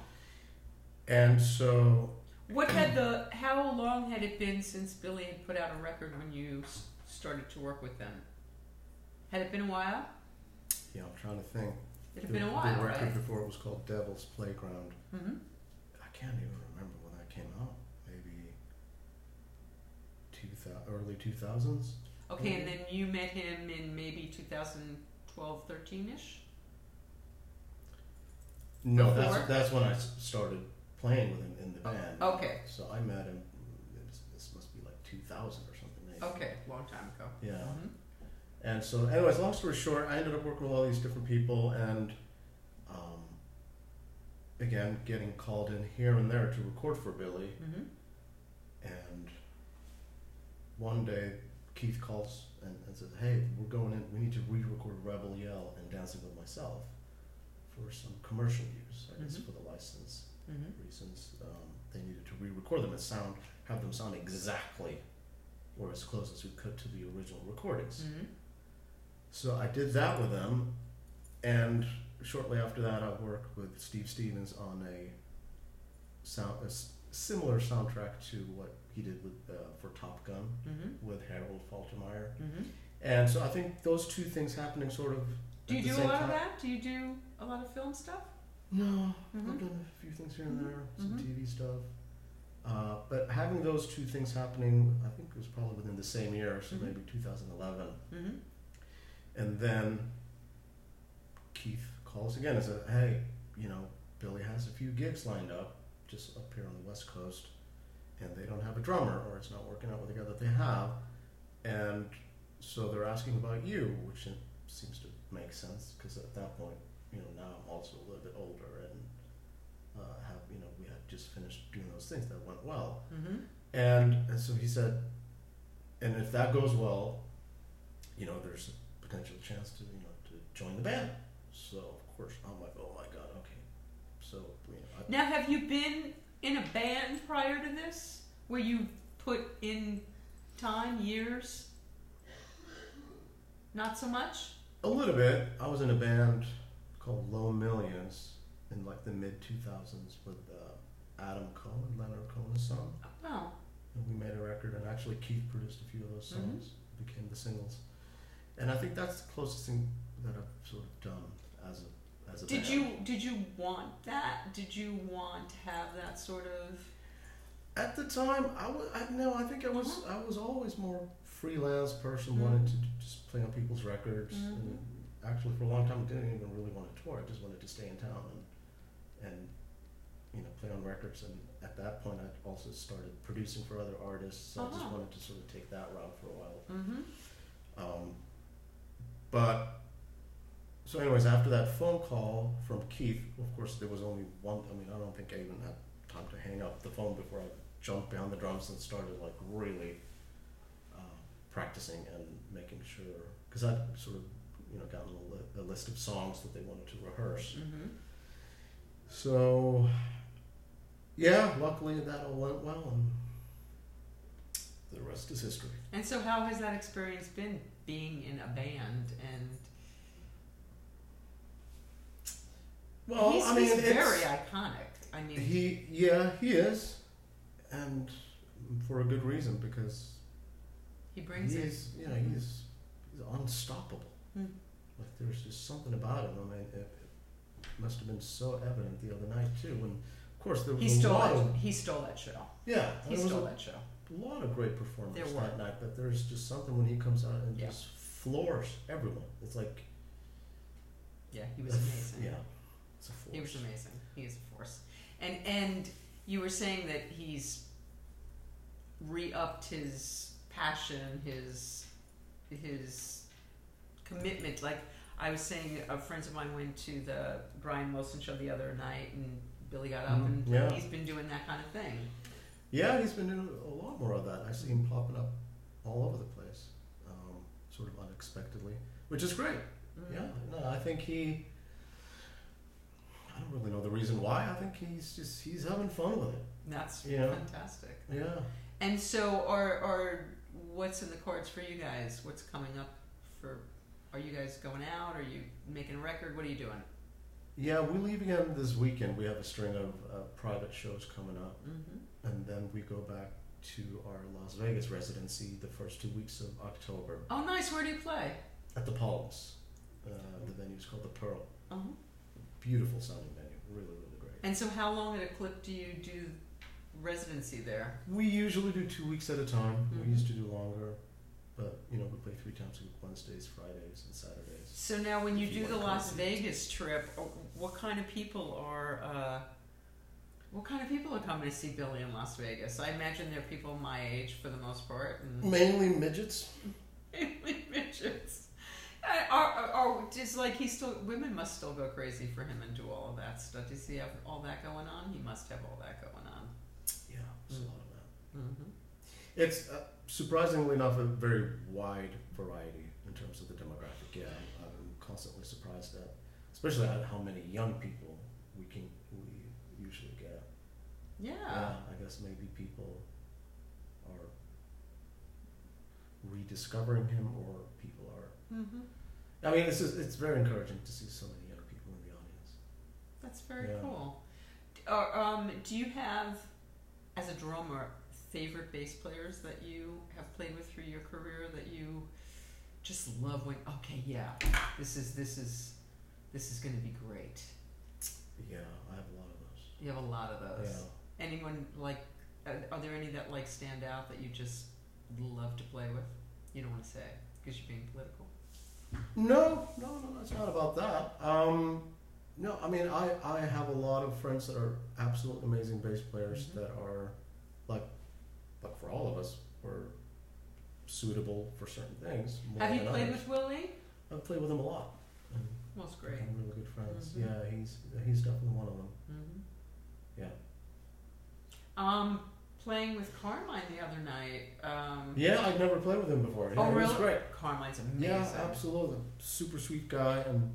and so What had the? How long had it been since Billy had put out a record when you s- started to work with them? Had it been a while? you know I'm trying to think. It had been a The- while, The record right? before it was called Devil's Playground. Mm-hmm. I can't even remember when that came out. Maybe two thousand, early two thousands. Okay, and then you met him in maybe 2012, 13 ish. No, Before? that's that's when I s- started playing with him in the Oh, band. okay. So I met him. It's, this must be like 2000 or something. Maybe. Okay, long time ago. Yeah. Mhm. And so, anyways, long story short, I ended up working with all these different people, and um, again, getting called in here and there to record for Billy. Mhm. And one day, Keith calls and, and says, "Hey, we're going in. We need to re-record Rebel Yell and Dancing with Myself for some commercial use, I guess, Mhm. for the license." Mhm. reasons um, they needed to re-record them and sound have them sound exactly or as close as we could to the original recordings. Mhm. So I did that with them, and shortly after that, I worked with Steve Stevens on a sound a s- similar soundtrack to what he did with uh, for Top Gun Mhm. with Harold Faltermeyer. Mhm. And so I think those two things happening sort of. Do at you the do a same lot of time- that? Do you do a lot of film stuff? No, Mhm. I've done a few things here and there, some Mhm. TV stuff. Uh, but having those two things happening, I think it was probably within the same year, so Mhm. maybe 2011. Mhm. And then Keith calls again and says, "Hey, you know, Billy has a few gigs lined up, just up here on the West Coast, and they don't have a drummer, or it's not working out with the guy that they have, and so they're asking about you, which it seems to make sense because at that point, you know, now I'm also a little bit older and uh, have, you know, we had just finished doing those things that went well." Mhm. And, and so he said, and if that goes well, you know, there's a potential chance to, you know, to join the band. So, of course, I'm like, oh my God, okay. So, you know, I, Now, have you been in a band prior to this, where you put in time, years? Not so much. a little bit, I was in a band called Low Millions in like the mid 2000s with uh, Adam Cohen, Leonard Cohen's son. Oh. and we made a record and actually keith produced a few of those Mm-hmm. songs became the singles and i think that's the closest thing that i've sort of done as a as a Did band. you did you want that? Did you want to have that sort of? at the time i was i no i think i was i was always more freelance person Mhm. wanted to d- just play on people's records Mhm. and actually for a long time didn't even really want to tour i just wanted to stay in town and and you know play on records and at that point i also started producing for other artists so i just Uh-huh. wanted to sort of take that route for a while Mm-hmm. Um, but so, anyways, after that phone call from Keith, of course, there was only one. I mean, I don't think I even had time to hang up the phone before I jumped behind the drums and started like really uh, practicing and making sure because I sort of you know gotten a, li- a list of songs that they wanted to rehearse. Mm-hmm. So, yeah, luckily that all went well, and the rest is history. And so, how has that experience been being in a band? And Well, he's, I mean, he's it's, very iconic. I mean, He, yeah, he is, and for a good reason because he brings it. he's, you know, he's he's unstoppable. Hmm. Like there's just something about him. I mean, it, it must have been so evident the other night too. And of course, there was He a stole lot that. of He stole that show. yeah, He there was stole a that show. lot of great There performers were. that night. But there's just something when he comes out and Yeah. just floors everyone. It's like Yeah, he was a f- amazing. Yeah, it's a force. He was amazing. He is a force. And and you were saying that he's re-upped his passion, his his commitment. Like I was saying, uh, friends of mine went to the Brian Wilson show the other night, and Billy got up, Mhm. and Yeah. he's been doing that kind of thing. Yeah, he's been doing a lot more of that. I see him popping up all over the place, um, sort of unexpectedly, which is great. Mhm. Yeah, no, I think he. I don't really know the reason why. I think he's just he's having fun with it. that's Yeah. fantastic. Yeah. And so, are are what's in the cards for you guys? What's coming up for? Are you guys going out? Are you making a record? What are you doing? Yeah, we leave again this weekend. We have a string of uh, private shows coming up, Mm-hmm. and then we go back to our Las Vegas residency the first two weeks of October Oh, nice. Where do you play? at the Palms. Uh, the venue is called the Pearl. uh Beautiful sounding venue, really, really great. And so, how long at a clip do you do residency there? We usually do two weeks at a time. Mhm. We used to do longer. But you know, we play three times a week: Wednesdays, Fridays, and Saturdays. So now, when you If you do the wanna come Las see it. Vegas trip, uh, what kind of people are? Uh, what kind of people are coming to see Billy in Las Vegas? I imagine they're people my age for the most part, and Mainly midgets. mainly midgets. Uh, Are, are, are just like he still women must still go crazy for him and do all of that stuff. Does he have all that going on? He must have all that going on. Yeah, there's a lot of that. Mm-hmm. It's uh, surprisingly enough a very wide variety in terms of the demographic. Yeah, I'm, I'm constantly surprised at, especially at how many young people we can we usually get. Yeah. yeah, I guess maybe people are rediscovering him, or people are. Mm-hmm. I mean, it's just, it's very encouraging to see so many young people in the audience. That's very Yeah. cool. Are, um, do you have, as a drummer, favorite bass players that you have played with through your career that you just love? When okay, yeah, this is this is this is going to be great. Yeah, I have a lot of those. You have a lot of those. Yeah. Anyone like? Are, are there any that like stand out that you just love to play with? You don't want to say because you're being political. No, no, no, it's not about that. Um, no, I mean, I, I have a lot of friends that are absolute amazing bass players Mhm. that are, like, like for all of us, were suitable for certain things. More have you than played others. with Willie? I've played with him a lot. and Well, it's great. Become really good friends. Mhm. Yeah, he's he's definitely one of them. Mm-hmm. Yeah. Um, playing with Carmine the other night. Um, Yeah, I've never played with him before. Yeah, Oh, he was really? great. Carmine's amazing. Yeah, absolutely. Super sweet guy and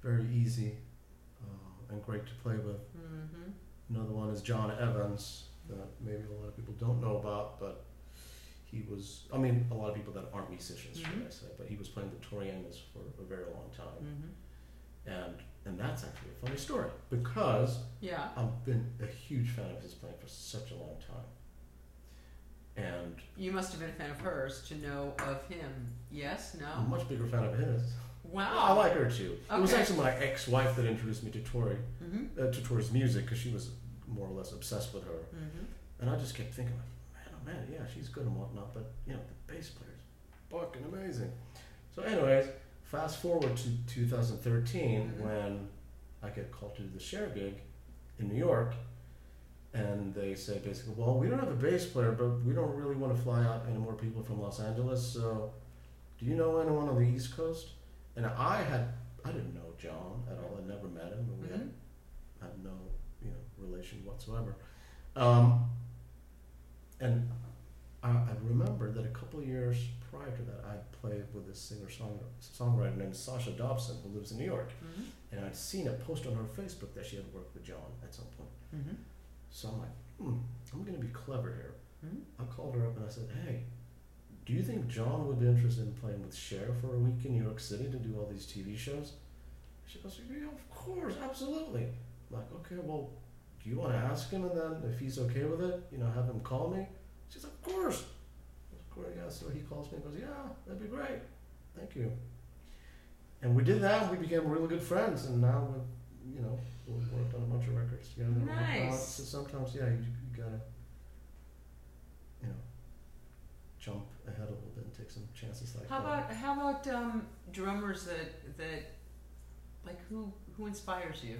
very easy uh, and great to play with. Mm-hmm. Another one is John Evans that maybe a lot of people don't know about, but he was, I mean, a lot of people that aren't musicians, should I say, but he was playing the Torianas for a very long time. Mm-hmm. And, and that's actually a funny story because Yeah. I've been a huge fan of his playing for such a long time. And You must have been a fan of hers to know of him. Yes. I'm No. a much bigger fan of his. Wow. Mm-hmm. I like her too. It was Oh. Okay. actually my ex-wife that introduced me to Tori, Mm-hmm. uh, to Tori's music, because she was more or less obsessed with her. Mm-hmm. And I just kept thinking, like, man, oh man, yeah, she's good and whatnot, but you know, the bass player's fucking amazing. So, anyways, fast forward to 2013 Mhm. when I get called to do the share gig in New York, and they say basically, well, we don't have a bass player, but we don't really want to fly out any more people from Los Angeles. So, do you know anyone on the East Coast? And I had, I didn't know John at all. I never met him, and we had Mhm. had no you know relation whatsoever. Um, and I, I remember that a couple of years prior to that, I played with this singer songwriter named Sasha Dobson who lives in New York, Mm-hmm. and I'd seen a post on her Facebook that she had worked with John at some point. Mm-hmm. So I'm like, hmm, I'm gonna be clever here. Mhm. I called her up and I said, hey. Do you think John would be interested in playing with Cher for a week in New York City to do all these TV shows? She goes, yeah, of course, absolutely. I'm like, okay, well, do you want to ask him and then if he's okay with it, you know, have him call me? She's like, of course. Of course, yeah. So he calls me and goes, yeah, that'd be great. Thank you. And we did that. We became really good friends, and now we, you know, we worked on a bunch of records together. and whatnot. Nice. So sometimes, yeah, you, you gotta, you know, jump ahead a little bit and take some chances like How that. about how about um, drummers that that like who who inspires you?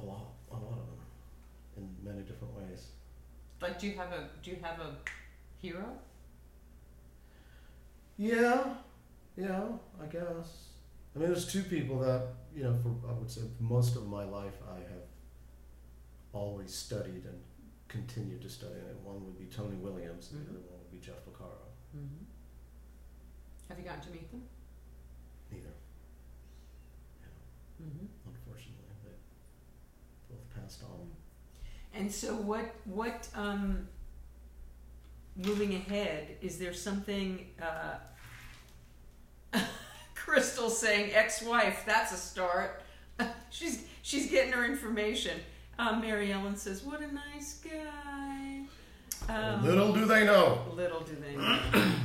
a lot, a lot of them, in many different ways. Like, do you have a do you have a hero? Yeah, yeah, I guess. I mean, there's two people that you know. For I would say for most of my life, I have always studied and continued to study. And one would be Tony Williams, and the other one would be Jeff Porcaro. Mm-hmm. Have you gotten to meet them? Neither, Mm-hmm. unfortunately, they both passed on. And so what what um moving ahead, is there something uh Crystal saying ex-wife, that's a start. she's she's getting her information. Um, Mary Ellen says, "What a nice guy." Um, do they know. Little do they know.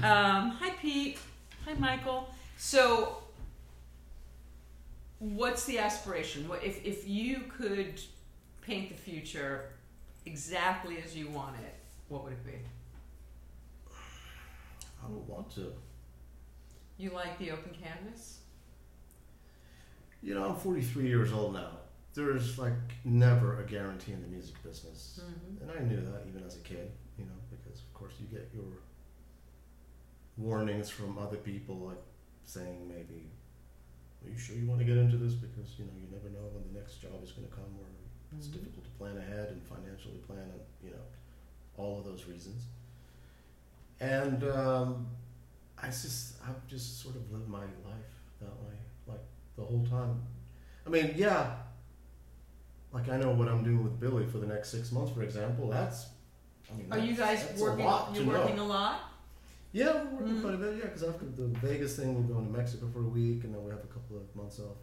um, hi, Pete. Hi, Michael. So, what's the aspiration? What if if you could paint the future exactly as you want it, what would it be? I don't want to. You like the open canvas? You know, I'm 43 years old now. There's like never a guarantee in the music business. Mm-hmm. And I knew that even as a kid, you know, because of course you get your warnings from other people, like saying maybe, "Are you sure you want to get into this?" Because you know you never know when the next job is going to come, or it's Mm-hmm. difficult to plan ahead and financially plan, and you know, all of those reasons. And um, I just I've just sort of lived my life that way, like the whole time. I mean, yeah, like I know what I'm doing with Billy for the next six months, for example. That's, I mean, Are you that's- guys that's working? A lot to You're know. working a lot. Yeah, we're working Mhm. quite a bit. Yeah, because after the Vegas thing, we're going to Mexico for a week, and then we have a couple of months off,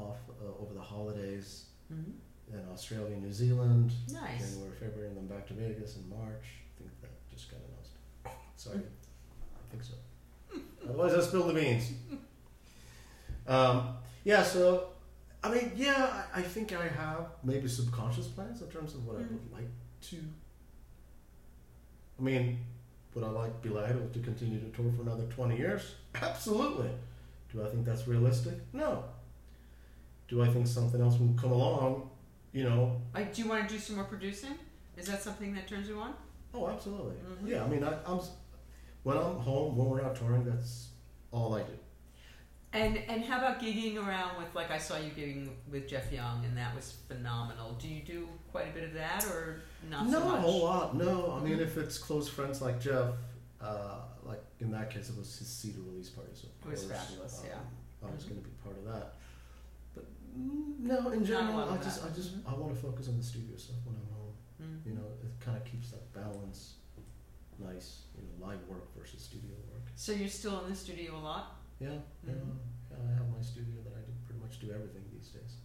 off uh, over the holidays Mm-hmm. in Australia, New Zealand, Nice. January, February, and then back to Vegas in March. I think that just got announced. Sorry, I think so. Otherwise, I spill the beans. Um, yeah, so I mean, yeah, I, I think I have maybe subconscious plans in terms of what I Mm. would like to. I mean, would I like be liable to continue to tour for another twenty years? Absolutely. Do I think that's realistic? No. Do I think something else will come along? You know, Like, do you want to do some more producing? Is that something that turns you on? Oh, absolutely. Mhm. Yeah, I mean, I, I'm s- when I'm home when we're out touring, that's all I do. And and how about gigging around with like I saw you gigging with Jeff Young and that was phenomenal. Do you do quite a bit of that or not Not so much? Mm-hmm. a whole lot. No, I mean, if it's close friends like Jeff, uh, like in that case, it was his Cedar release party. So of It was course, fabulous, um, I was Mhm. going to be part of that. But mm, no, in general, lot I of just, that. I just, Mhm. I want to focus on the studio stuff when I'm home. Mm. You know, it kind of keeps that balance nice. You know, live work versus studio work. So you're still in the studio a lot? Yeah, yeah, Mhm. yeah. I have my studio that I do pretty much do everything these days.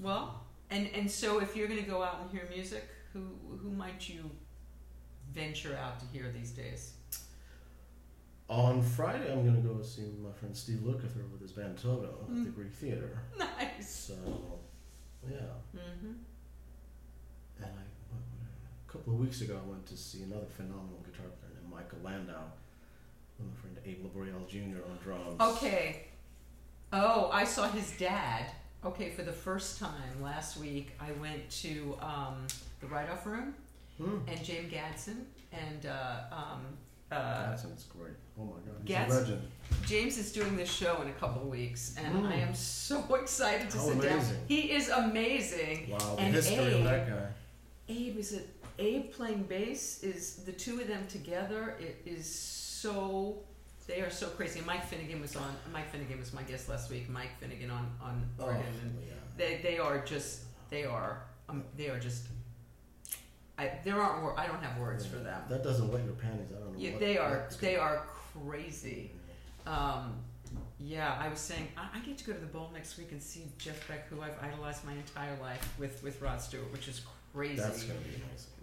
Well, and and so if you're going to go out and hear music, who who might you venture out to hear these days? On Friday, I'm going to go see my friend Steve Lukather with his band Toto at Mm. the Greek Theater. Nice. So, yeah. Mhm. And I, what- what- a couple of weeks ago, I went to see another phenomenal guitar player named Michael Landau with my friend Abe Laboriel Jr. on drums. Okay. Oh, I saw his dad. Okay, for the first time last week, I went to um, the write-off room Hmm. and James Gadsden and uh, um, uh, That sounds great. Oh my God. He's Gats- a legend. James is doing this show in a couple of weeks, and Mm. I am so excited to How sit down. amazing. He is amazing. Wow, the And history Abe- of that guy. Abe is it Abe playing bass is the two of them together. It is so they are so crazy. Mike Finnegan was on. Mike Finnegan was my guest last week. Mike Finnegan on on Oh. organ, and yeah. they they are just they are um, they are just. I there aren't wor- I don't have words for them. That doesn't wet your panties. I don't know Yeah, what they are what's they gonna- are crazy. Um, yeah, I was saying I, I get to go to the bowl next week and see Jeff Beck, who I've idolized my entire life with with Rod Stewart, which is crazy That's going to be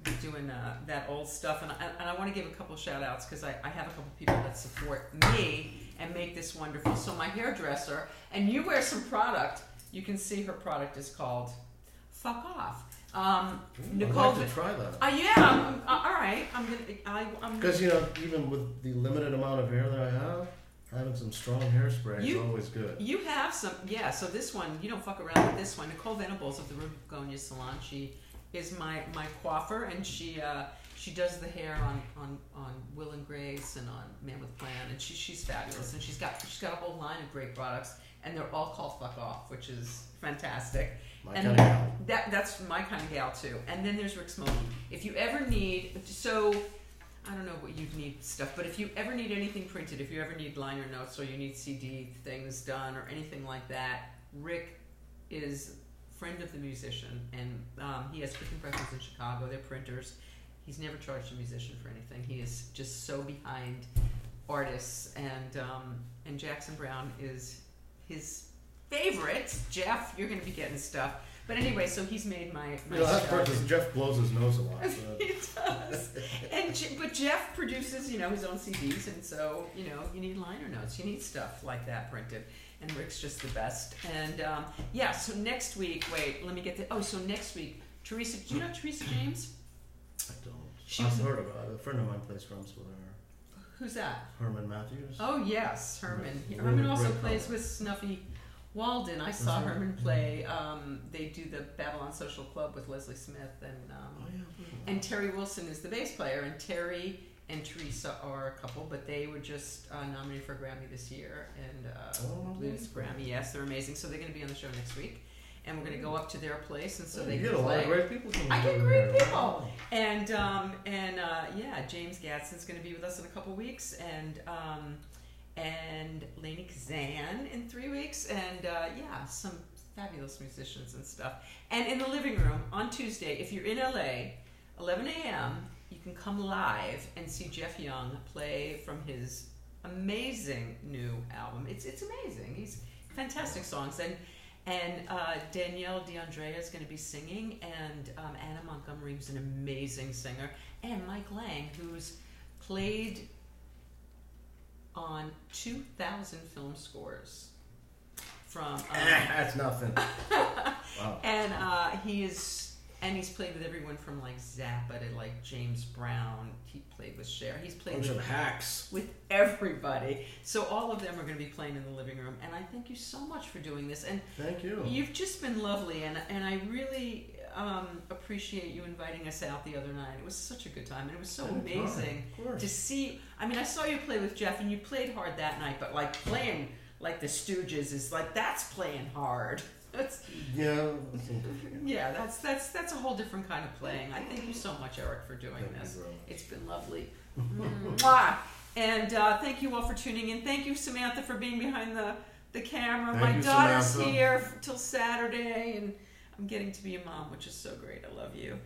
amazing. doing uh, that old stuff and I, and I want to give a couple shout outs because I, I have a couple people that support me and make this wonderful so my hairdresser and you wear some product you can see her product is called fuck off um, Nicole I'd like Vin- to try that. uh, yeah I'm, I'm- all right I'm gonna I, I'm Because you know, even with the limited amount of hair that I have, having some strong hairspray is You- always good. You have some, yeah. So this one, you don't fuck around with this one. Nicole Venables of the Rubiconia Salon. She is my my coiffer, and she uh, she does the hair on, on on Will and Grace and on Man with a Plan, and she she's fabulous. And she's got she's got a whole line of great products, and they're all called fuck off, which is fantastic. My and- kind of gal. That that's my kind of gal too. And then there's Rick Smokey. If you ever need, so I don't know what you'd need stuff, but if you ever need anything printed, if you ever need liner notes or you need CD things done or anything like that, Rick is friend of the musician, and um, he has picking presses in Chicago. They're printers. He's never charged a musician for anything. He is just so behind artists, and um, and Jackson Brown is his favorite. Jeff, you're going to be getting stuff. But anyway, so he's made my my You know, that's show. part is Jeff blows his nose a lot. So he does. And Je- but Jeff produces, you know, his own CDs, and so you know, you need liner notes, you need stuff like that printed. And Rick's just the best. And um, yeah, so next week, wait, let me get the. Oh, so next week, Teresa, do you know Teresa James? I don't. She I've was- heard of it. A friend of mine plays drums with her. Who's that? Herman Matthews. Oh yes, Herman. Right. Mm-hmm. Herman Really also great plays fellow. with Snuffy Walden. I saw right. Herman play. Um, they do the Babylon Social Club with Leslie Smith and Oh, um, yeah. and Terry Wilson is the bass player. And Terry and Teresa are a couple, but they were just uh, nominated for a Grammy this year and uh, Oh, Blues Grammy. Yes, they're amazing. So they're going to be on the show next week, and we're going to go up to their place and so they Oh, you can get a lot play. of great people. coming I get over great there. people. Wow. And um, and uh, yeah, James Gadsden's going to be with us in a couple weeks, and um, and Lainey Kazan in three weeks, and uh, yeah, some fabulous musicians and stuff. And in the living room on Tuesday, if you're in LA, 11 a.m., you can come live and see Jeff Young play from his amazing new album. It's it's amazing. He's fantastic songs and. And uh, Danielle DeAndrea is going to be singing, and um, Anna Montgomery, who's an amazing singer, and Mike Lang, who's played on 2,000 film scores from. Um, That's nothing. wow. and uh, he is, and he's played with everyone from like Zappa to like James Brown. He played with Cher. He's played Bunch with, of hacks. with everybody. So all of them are going to be playing in the living room. And I thank you so much for doing this. And Thank you. you've just been lovely, and and I really um, appreciate you inviting us out the other night. It was such a good time, and it was so Anytime, amazing Of course. to see. I mean, I saw you play with Jeff, and you played hard that night. But like playing like the Stooges is like that's playing hard. That's yeah. yeah, that's that's that's a whole different kind of playing. I thank you so much, Eric, for doing Thank you this. very much. It's been lovely. Mwah! And uh, thank you all for tuning in. Thank you, Samantha, for being behind the, the camera. Thank My you, daughter's Samantha. here f- till Saturday, and I'm getting to be a mom, which is so great. I love you.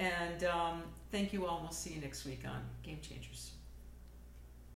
And um, thank you all. and We'll see you next week on Game Changers.